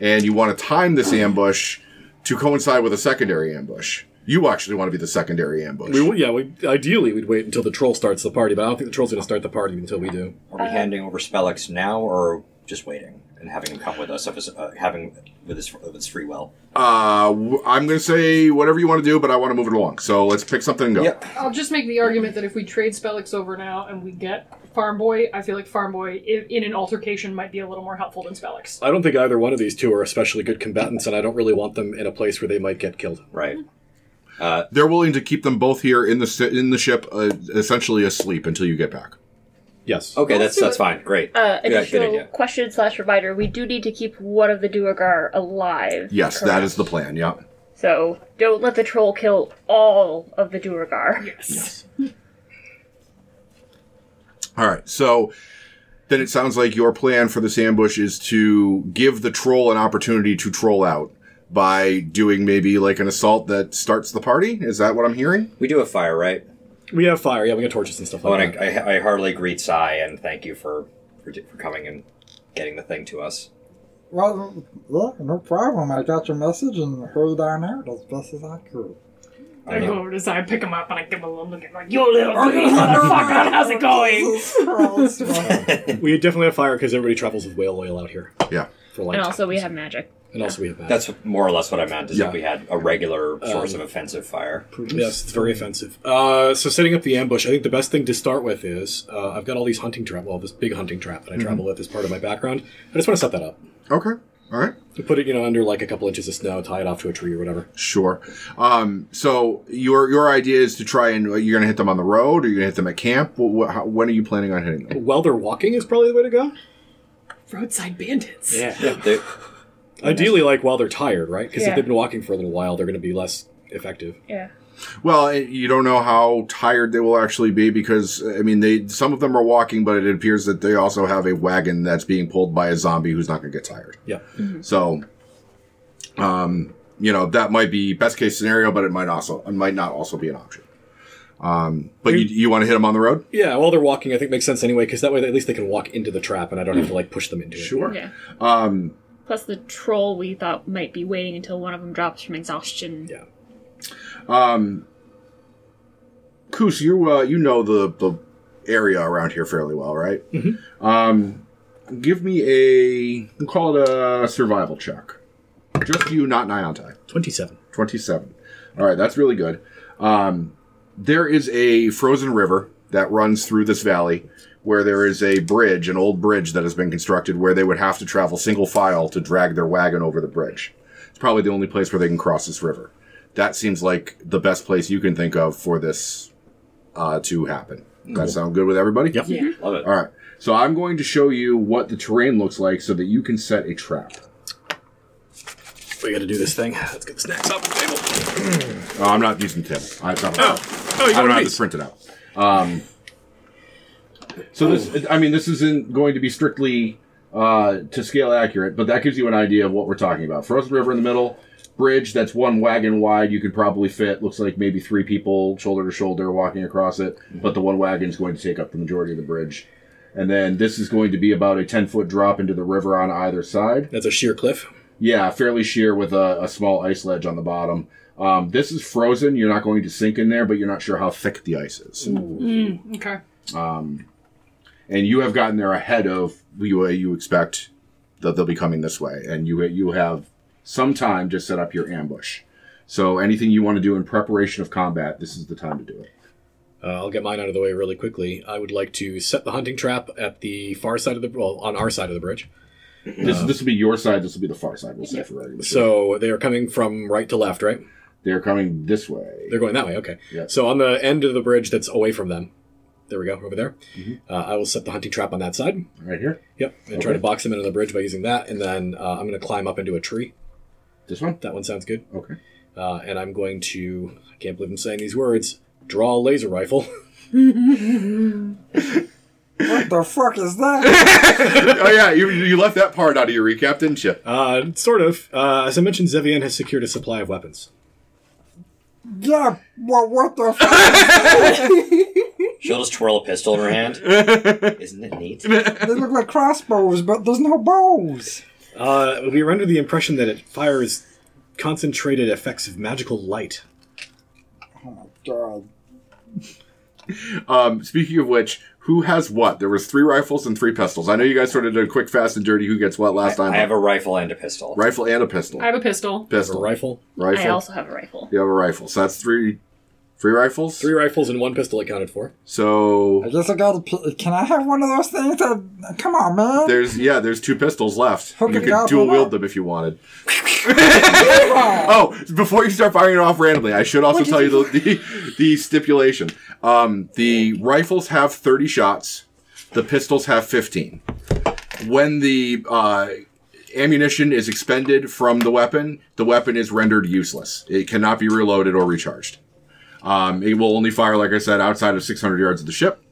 and you want to time this ambush to coincide with a secondary ambush. You actually want to be the secondary ambush.
We, would- yeah, we, ideally we'd wait until the troll starts the party, but I don't think the troll's going to start the party until we do.
Are
uh,
we handing over Spellix now, or just waiting and having him come with us? If it's, uh, having with his of its free will.
Uh, w- I'm going to say whatever you want to do, but I want to move it along. So let's pick something and go.
Yep.
I'll just make the argument that if we trade Spellix over now and we get Farm Boy, I feel like Farm Boy i- in an altercation might be a little more helpful than Spellix.
I don't think either one of these two are especially good combatants, and I don't really want them in a place where they might get killed.
Right.
They're willing to keep them both here in the si- in the ship, uh, essentially asleep until you get back.
Yes.
Okay, that's
do
that's
it.
fine. Great.
Uh,
Yeah, good
additional
idea.
question slash provider. We do need to keep one of the Duergar alive.
Yes, that
correct?
is the plan. Yeah.
So don't let the troll kill all of the Duergar.
All right. So then it sounds like your plan for this ambush is to give the troll an opportunity to troll out by doing maybe like an assault that starts the party. Is that what I'm hearing?
We do have fire, right?
We have fire. Yeah, we got torches and stuff
Oh,
like
and
that.
I, I, I heartily greet Sai and thank you for, for for coming and getting the thing to us.
Well, look, no problem. I got your message and hurried on out as best as I could.
I go over to Zion, pick him up, and I give him a little look at him like, You little dirty motherfucker, how's it going?
Oh, Jesus Christ, man.
We definitely have fire because everybody travels with whale oil out here.
Yeah.
For a long
And
time.
also we have magic.
and also we have that.
That's more or less what I meant. Is
Yeah.
that we had a regular source of offensive fire.
Yes, it's very offensive. Uh, so setting up the ambush, I think the best thing to start with is uh, I've got all these hunting trap, well, this big hunting trap that I travel with as part of my background. I just want to set that up.
Okay. All right.
Put it, you know, under like a couple inches of snow, tie it off to a tree or whatever.
Sure. Um, so your your idea is to try and you're going to hit them on the road, or you're going to hit them at camp. What, what, how, when are you planning on hitting them?
While they're walking is probably the way to go.
Roadside bandits.
Yeah.
They-
Ideally, like while they're tired, right? Because if
Yeah.
they've been walking for a little while, they're going to be less effective.
Yeah.
Well, eh, you don't know how tired they will actually be because I mean, they some of them are walking, but it appears that they also have a wagon that's being pulled by a zombie who's not going to get tired.
Yeah.
So, um, you know, that might be best case scenario, but it might also it might not also be an option. Um, but you, you want to hit them on the road?
Yeah, while they're walking, I think makes sense anyway, because that way at least they can walk into the trap and I don't have to like push them into it.
Yeah.
Um,
Plus the troll we thought might be waiting until one of them drops from exhaustion.
Yeah.
um, Koos, you uh, you know the the area around here fairly well, right? Um, give me a we'll call it a survival check. Just you, not Niantai.
27.
27. All right, that's really good. Um, there is a frozen river that runs through this valley where there is a bridge, an old bridge that has been constructed where they would have to travel single file to drag their wagon over the bridge. It's probably the only place where they can cross this river. That seems like the best place you can think of for this uh, to happen. That sound good with everybody?
Yep.
Yeah.
love it.
All right. So I'm going to show you what the terrain looks like so that you can set a trap.
We got to do this thing. Let's get the snacks off the table.
Oh, I'm not using Tim. I don't
Oh, oh,
I
you got
don't
a
have this
piece.
printed out. Um, so this, I mean, this isn't going to be strictly uh, to scale accurate, but that gives you an idea of what we're talking about. Frozen River in the middle, bridge that's one wagon wide. You could probably fit. Looks like maybe three people shoulder to shoulder walking across it, but the one wagon is going to take up the majority of the bridge. And then this is going to be about a ten foot drop into the river on either side.
That's a sheer cliff.
Yeah, fairly sheer with a, a small ice ledge on the bottom. Um, this is frozen. You're not going to sink in there, but you're not sure how thick the ice is.
Mm, okay.
And you have gotten there ahead of you. You expect that they'll be coming this way, and you you have some time to set up your ambush. So anything you want to do in preparation of combat, this is the time to do it.
Uh, I'll get mine out of the way really quickly. I would like to set the hunting trap at the far side of the well, on our side of the bridge.
This this will be your side. This will be the far side. We'll say for regular.
So they are coming from right to left, right?
They're coming this way.
They're going that way. Okay.
Yeah.
So on the end of the bridge that's away from them, there we go over there. Uh, I will set the hunting trap on that side.
Right here.
Yep. And try
Okay.
to box them into the bridge by using that, and then uh, I'm going to climb up into a tree.
This one.
That one sounds good.
Okay.
Uh, and I'm going to. I can't believe I'm saying these words. Draw a laser rifle.
What the fuck is that?
oh yeah, you, you left that part out of your recap, didn't you?
Uh, sort of. Uh, as I mentioned, Zevian has secured a supply of weapons.
yeah, well, what the fuck?
She'll just twirl a pistol in her hand. Isn't it neat?
They look like crossbows, but there's no bows.
Uh, we are under the impression that it fires concentrated effects of magical light.
Oh my god.
Um, speaking of which, who has what? There was three rifles and three pistols. I know you guys sort of did a quick, fast, and dirty. Who gets what last time?
I have a rifle and a pistol.
rifle and a pistol.
I have a pistol.
A
pistol.
rifle.
Rifle.
I also have a rifle.
You have a rifle. So that's three, three rifles.
Three rifles and one pistol accounted for.
I
So
guess I gotta. Pl- can I have one of those things? That, come on, man.
there's yeah, there's two pistols left.
Hook
you
it up,
could dual
hook
wield
up.
them if you wanted. oh, before you start firing it off randomly, I should also tell you the, the the stipulation. Um, the rifles have thirty shots. The pistols have fifteen. When the uh, ammunition is expended from the weapon, the weapon is rendered useless. It cannot be reloaded or recharged. Um, it will only fire, like I said, outside of 600 yards of the ship,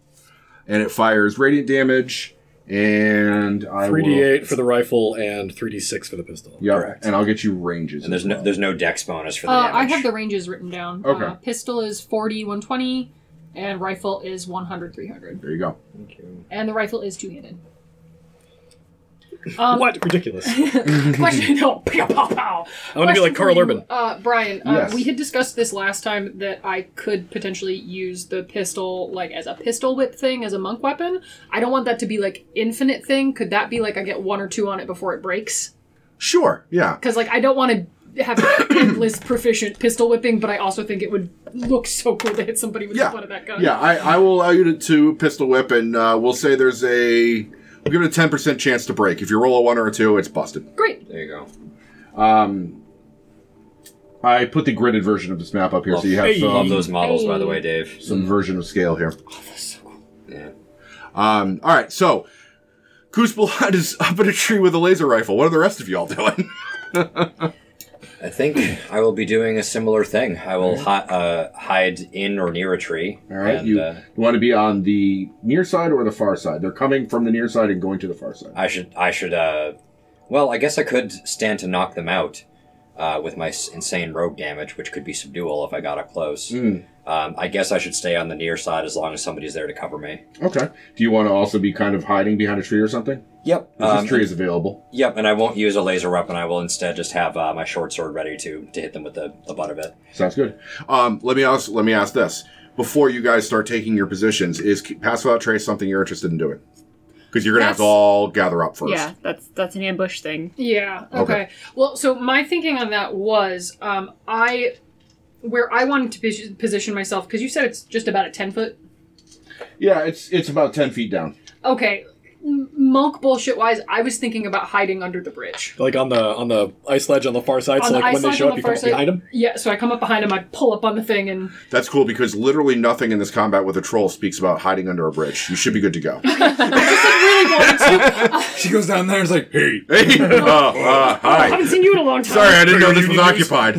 and it fires radiant damage. And I will-
3d8 for the rifle and 3d6 for the pistol.
Yeah, and I'll get you ranges.
And there's
as
no
well.
there's no dex bonus for the
Uh, I
damage.
have the ranges written down.
Okay.
Uh, pistol is 40, 120, and rifle is 100, 300.
There you go.
And the rifle is two handed. Um,
What? Ridiculous. I
Question? No. Pow, pow, pow.
want to be like
Question for
Carl
you,
Urban.
Uh, Brian, uh,
Yes.
we had discussed this last time that I could potentially use the pistol like as a pistol whip thing, as a monk weapon. I don't want that to be like infinite thing. Could that be like I get one or two on it before it breaks?
Sure. Yeah.
Because like I don't want to have endless proficient pistol whipping, but I also think it would look so cool to hit somebody with
Yeah.
one of that gun.
Yeah. I, I will allow you to, to pistol whip, and uh, we'll say there's a we'll give it a ten percent chance to break. If you roll a one or a two, it's busted.
Great.
There you go.
Um, I put the gridded version of this map up here, so you have
Hey.
some
Love those models, by the
Hey.
way, Dave.
some version of scale here.
Yeah.
Um, all right. So Kuzbalad is up in a tree with a laser rifle. What are the rest of y'all doing?
I think I will be doing a similar thing. I will hi- uh, hide in or near a tree.
All right.
and,
you
uh,
want to be on the near side or the far side? They're coming from the near side and going to the far side.
I should. I should. Uh, well, I guess I could stand to knock them out uh, with my s- insane rogue damage, which could be subdual if I got up close.
Mm.
Um, I guess I should stay on the near side as long as somebody's there to cover me.
Okay. Do you want to also be kind of hiding behind a tree or something?
Yep.
If this tree is available.
Yep. And I won't use a laser weapon. I will instead just have uh, my short sword ready to to hit them with the, the butt of it.
Sounds good. Um, let me ask. Let me ask this before you guys start taking your positions: Is K- pass without trace something you're interested in doing? Because you're gonna have to
That's-
all gather up first.
Yeah, that's that's an ambush thing.
Yeah. Okay.
Okay.
Well, so my thinking on that was um, I where I wanted to pos- position myself because you said it's just about a ten foot
Yeah, it's it's about ten feet down.
Okay, m- monk bullshit wise, I was thinking about hiding under the bridge.
Like on the on the ice ledge on the far side,
On
so
the
like
ice
when they
ledge
show
on
up,
the
you come
far
up
side?
behind them.
Yeah, so I come up behind him, I pull up on the thing, and
That's cool because literally nothing in this combat with a troll speaks about hiding under a bridge. You should be good to go.
She goes down there and is like, hey.
hey, uh, uh,
I
hi.
haven't seen you in a long time.
Sorry, I didn't know this was occupied.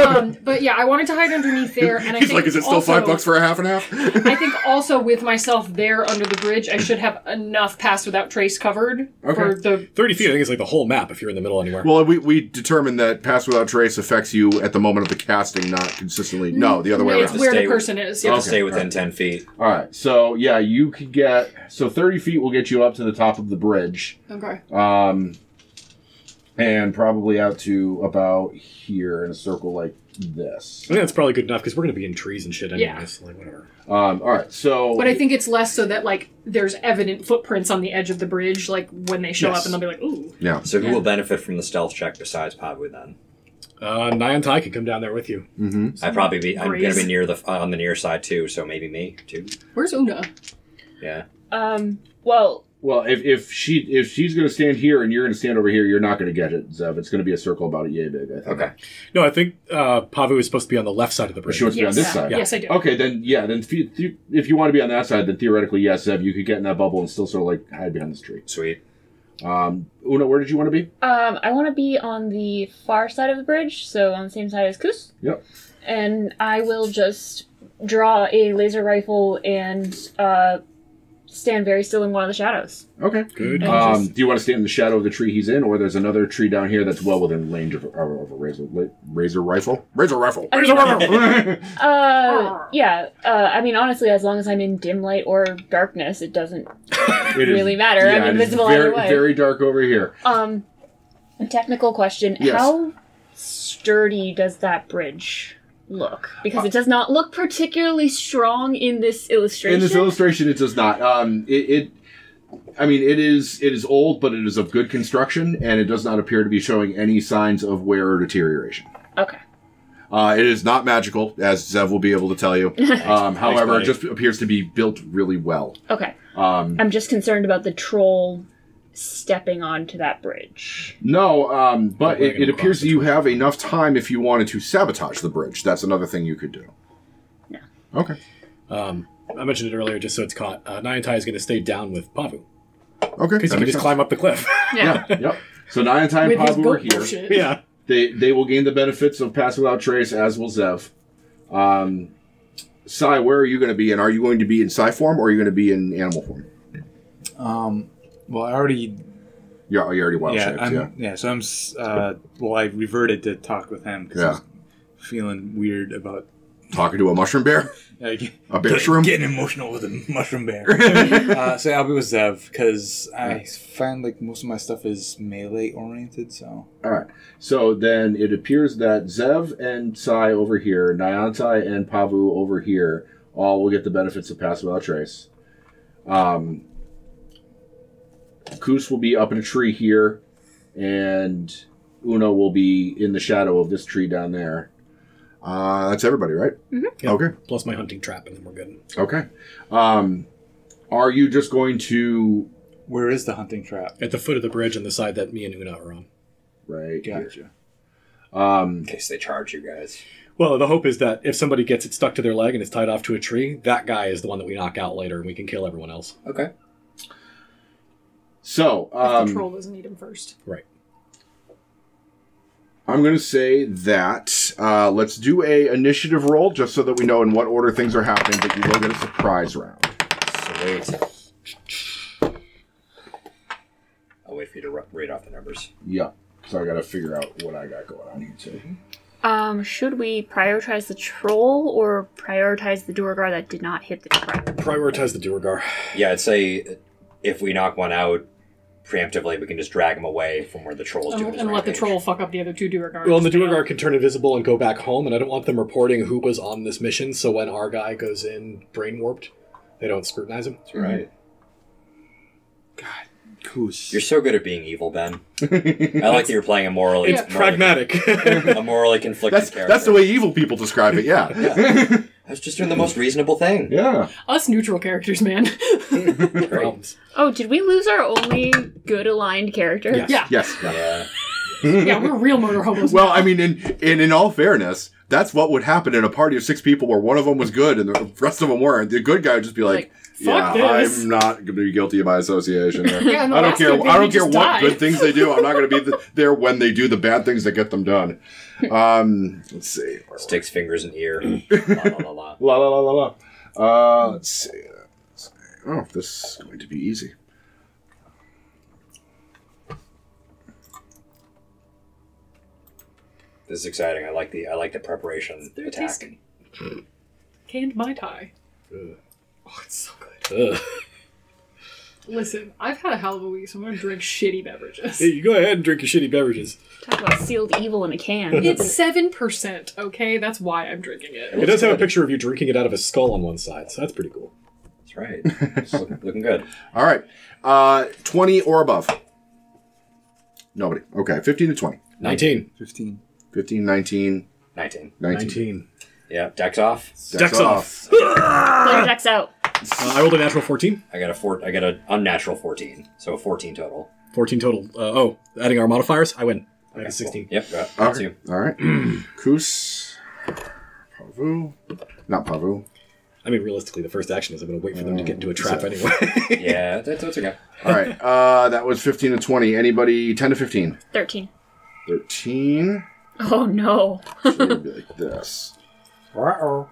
Um, but yeah, I wanted to hide underneath there, and I
He's
think
like, is it still
also-
five bucks for a half and half?
I think also with myself there under the bridge, I should have enough pass without trace covered for
Okay.
the.
Thirty feet, I think, is like the whole map if you're in the middle anywhere.
Well, we, we determined that pass without trace affects you at the moment of the casting, not consistently. No, the other way
It's
around.
where
Stay
the
with-
person is.
You
Yeah.
have to stay within ten feet.
All right, so yeah, you could get so thirty feet will get you up to the top of the bridge,
Okay.
um, and probably out to about here in a circle like this.
I think that's probably good enough because we're going to be in trees and shit anyway.
Yeah.
So like whatever.
Um, all right, so
But I think it's less so that like there's evident footprints on the edge of the bridge, like when they show
Yes.
up and they'll be like, "Ooh,
yeah,
So who will benefit from the stealth check besides Pabu then?
Uh, Niantai can come down there with you.
mm-hmm.
I probably be. I'm going to
Grace.
be near the on the near side too. So maybe me too.
where's Una?"
Yeah.
Um, well,
Well, if, if she if she's going to stand here and you're going to stand over here, you're not going to get it, Zev. It's going to be a circle about it, yay big. I think.
Okay.
No, I think uh, Pavu is supposed to be on the left side of the
But
bridge.
she wants to be on this
Yes.
side.
Yes, I do.
Okay, then yeah, then if you, if you want to be on that side, then theoretically, yes, Zev, you could get in that bubble and still sort of like hide behind this tree.
Sweet.
Um, Una, where did you want to be?
Um, I want to be on the far side of the bridge, so on the same side as Kus.
Yep.
And I will just draw a laser rifle and uh, stand very still in one of the shadows.
Okay.
Good.
And
Um,
just-
do you want to stand in the shadow of the tree he's in, or there's another tree down here that's well within range of, of, of a razor li- razor rifle? Razor rifle.
I
Razor rifle.
Uh, yeah. Uh, I mean, honestly, as long as I'm in dim light or darkness, it doesn't
It is-
really matter.
yeah,
I'm
it is
invisible
very,
either way.
very dark over here.
Um, technical question:
Yes.
How sturdy does that bridge look? Because
Uh,
it does not look particularly strong in this illustration.
In this illustration, it does not. Um, it, it, I mean, it is it is old, but it is of good construction, and it does not appear to be showing any signs of wear or deterioration.
okay.
Uh, it is not magical, as Zev will be able to tell you. Um, however, it
buddy.
just appears to be built really well.
Okay.
Um,
I'm just concerned about the troll stepping onto that bridge.
No, um, but
But we're
it,
gonna
it
cross
appears
the
you have enough time if you wanted to sabotage the bridge. That's another thing you could do.
No.
Okay.
Um, I mentioned it earlier just so it's caught. Uh, Niantai is going to stay down with Pavu
Okay.
because
that
he can
makes
just
sense.
climb up the cliff.
Yeah. yep. So Niantai and
With his
Pabu are
boat
here.
bullshit.
yeah.
They they will gain the benefits of pass without trace, as will Zev. Um, Sai, where are you going to be? And are you going to be in Sai form or are you going to be in animal form?
Um, well, I already
You're, you're already wild
yeah,
shaped.
I'm,
yeah.
yeah, So I'm s- uh, well, I reverted to talk with him because
Yeah.
I was feeling weird about
Talking to a mushroom bear,
like,
a bear shroom.
getting emotional with a mushroom bear. uh, so I'll be with Zev because I find like most of my stuff is melee oriented. So
All right. So then it appears that Zev and Sai over here, Niantai and Pavu over here, all will get the benefits of Pass Without Trace. Um, Koos will be up in a tree here, and Una will be in the shadow of this tree down there. Uh, that's everybody, right?
Yeah.
Okay.
Plus my hunting trap, and then we're good.
Okay. Um, are you just going to
where is the hunting trap?
At the foot of the bridge on the side that me and Una are on.
right? here.
Gotcha.
Um,
In case they charge you guys.
Well, the hope is that if somebody gets it stuck to their leg and it's tied off to a tree, that guy is the one that we knock out later, and we can kill everyone else.
Okay.
so
If
um,
the troll doesn't need him first.
I'm going to say that uh, let's do a initiative roll just so that we know in what order things are happening, but you will get a surprise round.
Sweet. I'll wait for you to re- read off the numbers.
Yeah. So I got to figure out what I got going on here too.
Um, should we prioritize the troll or prioritize the Duergar that did not hit the trap?
Prioritize the Duergar.
Yeah, I'd say if we knock one out preemptively, we can just drag him away from where the troll is
And,
doing his
Oh, and let the
rampage.
troll fuck up the other two Duergar.
Well, and the Duergar can turn invisible and go back home, and I don't want them reporting who was on this mission, so when our guy goes in brain warped, they don't scrutinize him.
That's right.
Coos.
You're so good at being evil, Ben. I like that you're playing a morally,
It's
morally-
pragmatic.
a morally conflicted
That's
character.
that's the way evil people describe it. Yeah.
I was just doing the most reasonable thing.
yeah.
Us neutral characters, man.
Great.
Problems.
Oh, did we lose our only good aligned character?
Yes.
yeah,
Yes. yeah.
Yeah.
yeah, we're real murder hobos.
Well, I mean, in, in in all fairness, that's what would happen in a party of six people where one of them was good and the rest of them weren't. The good guy would just be like,
Like, fuck
"Yeah,
this."
I'm not going to be guilty by association." here.
yeah, and the
I don't
last
care.
good
I don't
baby
care
just
what
died.
good things they do. I'm not going to be the, there when they do the bad things that get them done. Um, let's see.
Sticks fingers in ear. la, la, la, la.
La la la la la. Uh, let's see. Oh, this is going to be easy.
This is exciting. I like the I like the preparation
They're
attack.
tasty. Canned mai tai.
Ugh.
Oh, it's so good.
Ugh.
Listen, I've had a hell of a week, so I'm gonna drink shitty beverages.
Hey, you go ahead and drink your shitty beverages.
Talk about sealed evil in a can.
It's seven percent, okay? That's why I'm drinking it.
It does have a picture of you drinking it out of a skull on one side, so that's pretty cool.
That's right. It's looking, looking good.
All right. Uh, 20 or above. Nobody. Okay. 15 to 20.
19.
Fifteen.
15, 19,
19.
19.
19.
Yeah, deck's off.
Decks off.
Player decks out.
Uh, I rolled a natural 14.
I got a four. I got an unnatural fourteen, so a fourteen total.
14 total. Uh, oh, adding our modifiers, I win. I got a 16.
Yep. Got got
Okay.
two.
All right. Kus. Pavu. Not Pavu.
I mean, realistically, the first action is I'm going to wait for them to get into a trap anyway.
Yeah, that's, that's okay.
All right. Uh, that was 15 to 20. Anybody 10 to 15?
13.
13.
Oh no.
So it'd be like this.
Uh-oh.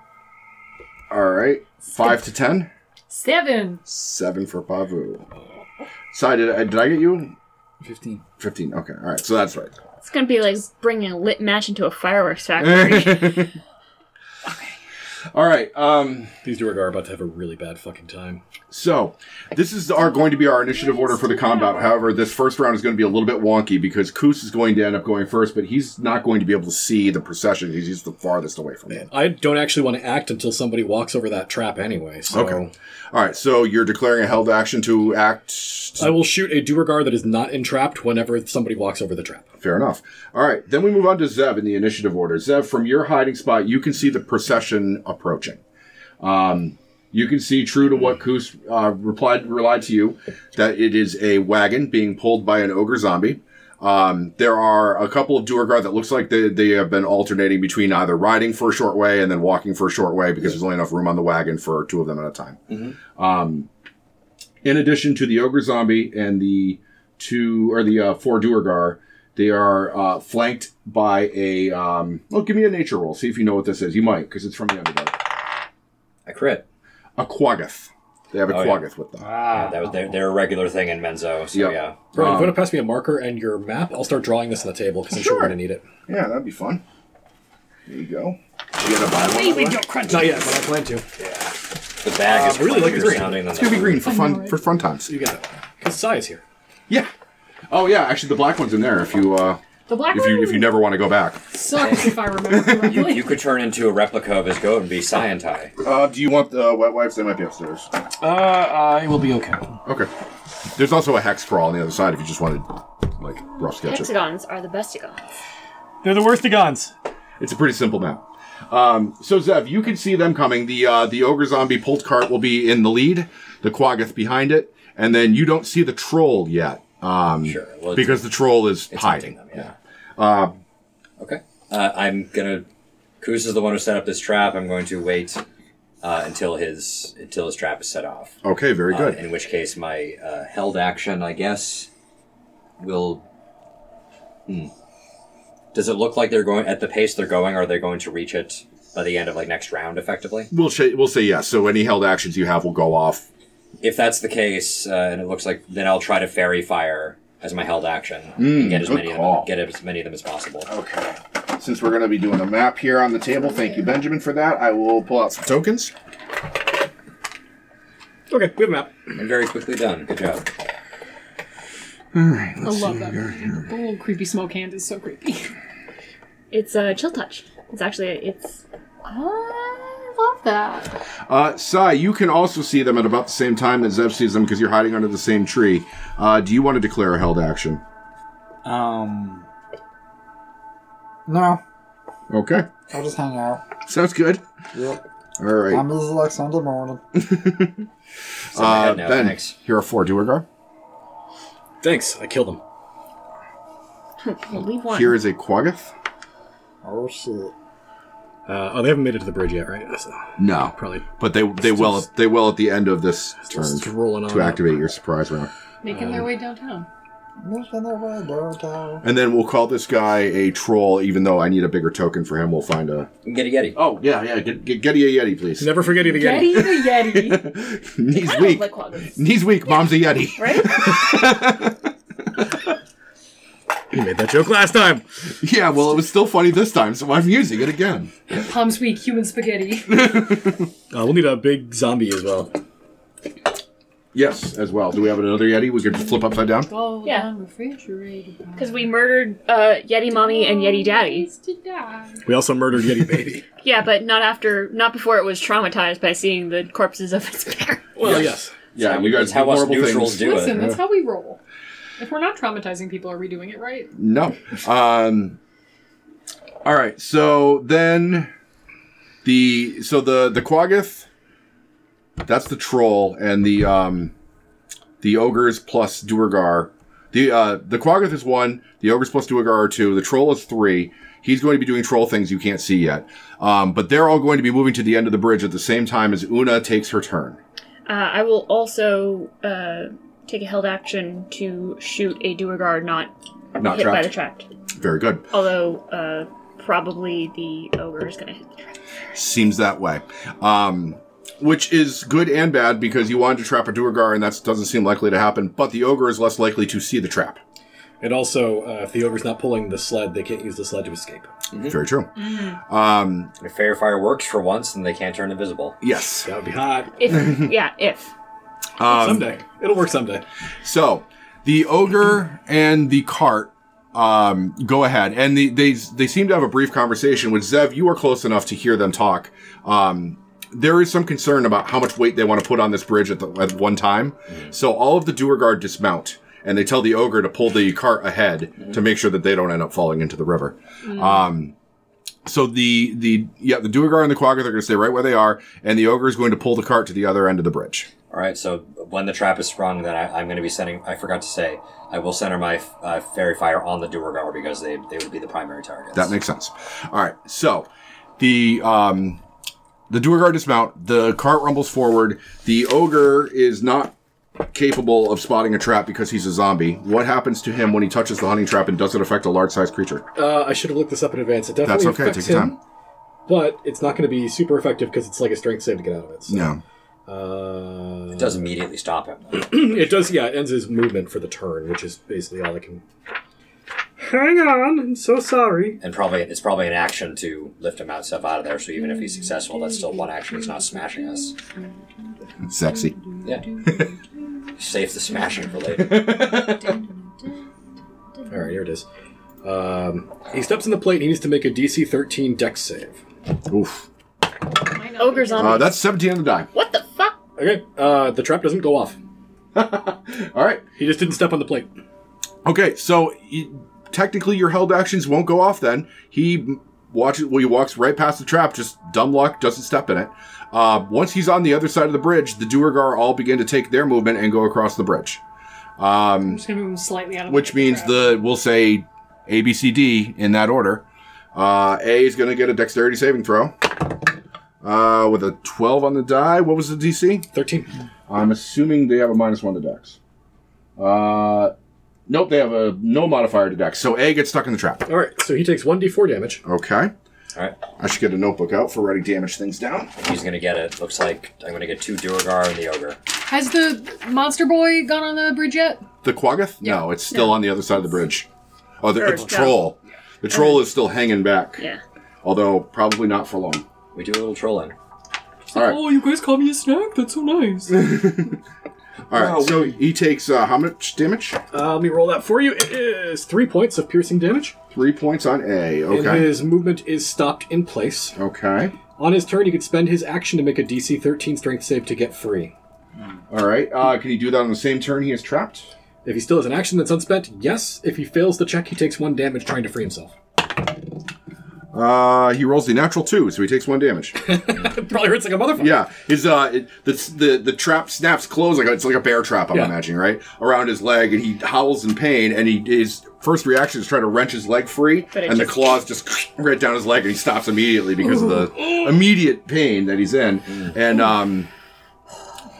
All right. 5 to 10.
Seven.
7 for Pavu. Sorry, did I, did I get you?
15.
15. Okay. All right. So that's right.
It's gonna be like bringing a lit match into a fireworks
Eh.
factory.
All right. Um,
These Duergar are about to have a really bad fucking time.
so this is our going to be our initiative order for the combat. However, this first round is going to be a little bit wonky because Kus is going to end up going first, but he's not going to be able to see the procession. He's just the farthest away from it.
I don't actually want to act until somebody walks over that trap anyway, so
Okay. All right. So you're declaring a held action to act.
I will shoot a Duergar that is not entrapped whenever somebody walks over the trap.
Fair enough. All right, then we move on to Zev in the initiative order. Zev, from your hiding spot, you can see the procession approaching. Um, you can see, true to what Kus uh, replied relied to you, that it is a wagon being pulled by an ogre zombie. Um, there are a couple of Duergar that looks like they, they have been alternating between either riding for a short way and then walking for a short way because there's only enough room on the wagon for two of them at a time. Um, in addition to the ogre zombie and the two or the uh, four Duergar, they are uh, flanked by a. Um, well, give me a nature roll. See if you know what this is. You might, because it's from the underdog.
I crit.
A quaggoth. They have a
Oh, yeah.
quaggoth with them.
Yeah, that was they're, they're a regular thing in Menzo.
Ah.
So
Yep.
yeah,
Bro, if you want to pass me a marker and your map, I'll start drawing this on the table because I'm sure, we're
Sure.
going to need it.
Yeah, that'd be fun. There you go. You gotta buy one. by the way?
Not yet, but I plan to.
the bag is
I really like the
funnier
green.
sounding than
Ah, It's
the
gonna be green for
know
fun
it.
for fun times.
You got it. Because Sai is here.
Yeah. Oh yeah, actually the black one's in there if you uh,
The black
if
one
you if you never want to go back.
sucks if I remember correctly.
You could turn into a replica of his goat and be Scientai.
Uh, do you want the wet wipes? They might be upstairs.
Uh, I will be okay.
Okay. There's also a hex sprawl on the other side if you just wanted like rough sketches.
Hexagons are the bestigons.
They're the worst of guns.
It's a pretty simple map. Um, so Zev, you can see them coming. The uh, the ogre zombie pulled cart will be in the lead, the quaggoth behind it, and then you don't see the troll yet. Um,
Sure, well, it's-
because the troll is
It's
hiding.
hunting them. Yeah. okay. Uh, I'm gonna. Kuz is the one who set up this trap. I'm going to wait uh, until his until his trap is set off.
Okay, very
Uh,
good.
in which case, my uh, held action, I guess, will. Hmm. Does it look like they're going at the pace they're going? Are they going to reach it by the end of like next round, effectively?
we'll say we'll say yes. So any held actions you have will go off.
If that's the case, uh, and it looks like, then I'll try to fairy fire as my held action.
Mm,
get as
good
many
call.
of them, get as many of them as possible.
Okay. Since we're going to be doing a map here on the table, thank you, Benjamin, for that. I will pull out some tokens.
Okay, we have a map.
And very quickly done. Good job.
I love that. The little creepy smoke hand is so creepy.
It's a uh, chill touch. It's actually it's ah,
I love that.
Uh, Sai, you can also see them at about the same time that Zev sees them because you're hiding under the same tree. Uh, do you want to declare a held action?
Um,
No,
Okay.
I'll just hang out.
Sounds good.
Yep.
All right.
I'm busy like Sunday morning.
So my
Uh,
head now,
ben,
thanks.
here are four. Duergar.
Thanks. I killed them.
leave one.
Here is a Quaggoth.
Oh shit.
Uh, oh, they haven't made it to the bridge yet, right? So,
No,
probably
but they they will they will at the end of this turn
just rolling on.
to
up.
activate your surprise round,
Making
Uh,
their way downtown.
Making their way downtown.
and then we'll call this guy a troll. Even though I need a bigger token for him, we'll find a.
Getty Getty.
Oh yeah, yeah. Get, get, get you a yeti, please.
Never forget it again.
Yeti the Yeti.
Knees
I
weak.
don't like quaggas.
Knees weak. Mom's a yeti.
Right?
You made that joke last time.
Yeah. Well, it was still funny this time, so I'm using it again.
Palms weak human spaghetti.
Uh, we'll need a big zombie as well.
Yes, as well. Do we have another yeti? We could flip upside down.
Go
Yeah.
down refrigerated.
Because we murdered uh, Yeti Mommy and Yeti Daddy.
Ways to die.
We also murdered Yeti Baby.
Yeah, but not after, not before it was traumatized by seeing the corpses of its parents.
Well, yes.
Yeah, you guys
That's how
do
us
horrible
neutrals
things.
do it.
Listen, that's how we roll. If we're not traumatizing people, are we doing it right?
No. Um, all right. So then the so the the Quaggith That's the troll and the um, the ogres plus Duergar. The uh, the Quaggoth is one. The ogres plus Duergar are two. The troll is three. He's going to be doing troll things you can't see yet. Um, but they're all going to be moving to the end of the bridge at the same time as Una takes her turn.
Uh, I will also uh, take a held action to shoot a doer guard not,
Not
hit by
trapped.
the trapped.
Very good.
Although uh, probably the ogre is going to hit the trapped.
seems that way. Um, which is good and bad because you wanted to trap a Duergar and that doesn't seem likely to happen, but the ogre is less likely to see the trap.
And also, uh, if the ogre's not pulling the sled, they can't use the sled to escape.
Very true. Um,
If fair fire works for once, then they can't turn invisible.
yes.
That would be hot.
If yeah, if
Um,
someday. It'll work someday.
so the ogre and the cart um, go ahead, and the, they they seem to have a brief conversation. With Zev, you are close enough to hear them talk. Um, there is some concern about how much weight they want to put on this bridge at, the, at one time, so all of the Duergard dismount, and they tell the ogre to pull the cart ahead to make sure that they don't end up falling into the river. Um, so the the yeah the Duergar and the Quagga are going to stay right where they are, and the ogre is going to pull the cart to the other end of the bridge.
All right, so when the trap is sprung, then I, I'm going to be sending. I forgot to say, I will center my uh, fairy fire on the Duergar because they, they would be the primary targets.
That makes sense. All right. So the um, the Duergar dismount. The cart rumbles forward. The ogre is not capable of spotting a trap because he's a zombie. What happens to him when he touches the hunting trap and does it affect a large sized creature?
Uh, I should have looked this up in advance. It
That's
definitely
okay.
affects
Take your
him,
time.
but it's not going to be super effective because it's like a strength save to get out of it. So.
Yeah.
Uh,
It does immediately stop him. though.
it does. Yeah, it ends his movement for the turn, which is basically all I can. Hang on, I'm so sorry.
and probably it's probably an action to lift him out stuff out of there. So even if he's successful, that's still one action. He's not smashing us.
Sexy.
Yeah, saves the smashing for later.
All right, here it is. Um, he steps in the plate. He needs to make a DC 13 Dex save.
Oof.
ogre's on.
Uh, that's seventeen on the die.
what the fuck?
Okay, uh, the trap doesn't go off.
All right.
He just didn't step on the plate.
Okay. So y technically, your held actions won't go off. Then he watches. Well, he walks right past the trap. Just dumb luck. Doesn't step in it. Uh, once he's on the other side of the bridge, the Duergar all begin to take their movement and go across the bridge. Um,
I'm just gonna move him slightly out of
which
the
means
trap.
the we'll say A B C D in that order. Uh, a is going to get a dexterity saving throw uh, with a twelve on the die. What was the DC?
13.
I'm assuming they have a minus one to dex. Uh, nope, they have a no modifier to dex. So A gets stuck in the trap.
All right, so he takes 1d4 damage.
Okay,
All right,
I should get a notebook out for writing damage things down.
he's going to get it. Looks like I'm going to get two Duergar and the ogre.
Has the monster boy gone on the bridge yet?
The Quaggoth? No, it's still on the other side of the bridge. Oh, the,
Or
it's
down.
troll. The troll is still hanging back,
Yeah.
although probably not for long.
We do a little trolling.
All right.
Oh, you guys call me a snack? That's so nice.
All right, so he takes uh, how much damage?
Uh, let me roll that for you. It is three points of piercing damage.
Three points on A.
And
Okay.
his movement is stopped in place.
Okay.
On his turn, he could spend his action to make a DC 13 strength save to get free.
All right. Uh, can he do that on the same turn he is trapped?
If he still has an action that's unspent, yes. If he fails the check, he takes one damage trying to free himself.
Uh, he rolls the natural two, so he takes one damage.
It probably hurts like a motherfucker.
yeah, his uh, it, the, the the trap snaps closed like a- it's like a bear trap. I'm
Yeah.
imagining right around his leg, and he howls in pain. And he his first reaction is try to wrench his leg free,
But it
and the
just-
claws just right down his leg, and he stops immediately because of the immediate pain that he's in. And um,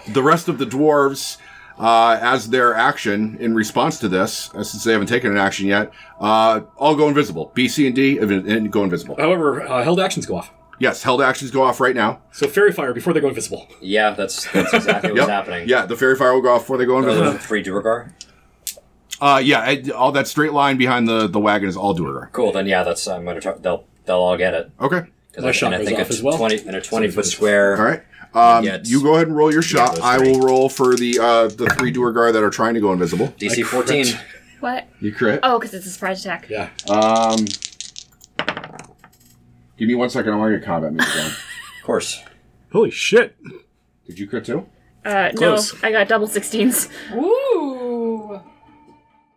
the rest of the dwarves. Uh, as their action in response to this, uh, since they haven't taken an action yet, uh, all go invisible. B, C, and D invi- and go invisible.
However, uh, held actions go off.
Yes, held actions go off right now.
So fairy fire before they go invisible.
Yeah, that's that's exactly what's
Yep.
happening.
Yeah, the fairy fire will go off before they go invisible.
Those
Uh-huh.
are three Duergar.
Uh, yeah, it, all that straight line behind the, the wagon is all Duergar.
Cool. Then yeah, that's I'm going to. They'll they'll all get it.
Okay,
Because
My shot
I
goes
think
off
it's
as well.
twenty in a twenty foot square.
all right. Um,
Yeah, it's-
you go ahead and roll your shot.
those
I will roll for the uh, the three Duergar that are trying to go invisible.
DC
I
fourteen.
crit.
What?
You crit.
Oh, because it's a surprise attack.
Yeah.
Um, give me one second. I want your combat music on.
Of course.
Holy shit.
Did you crit too?
Uh, no,
Close.
I got double sixteens.
Ooh!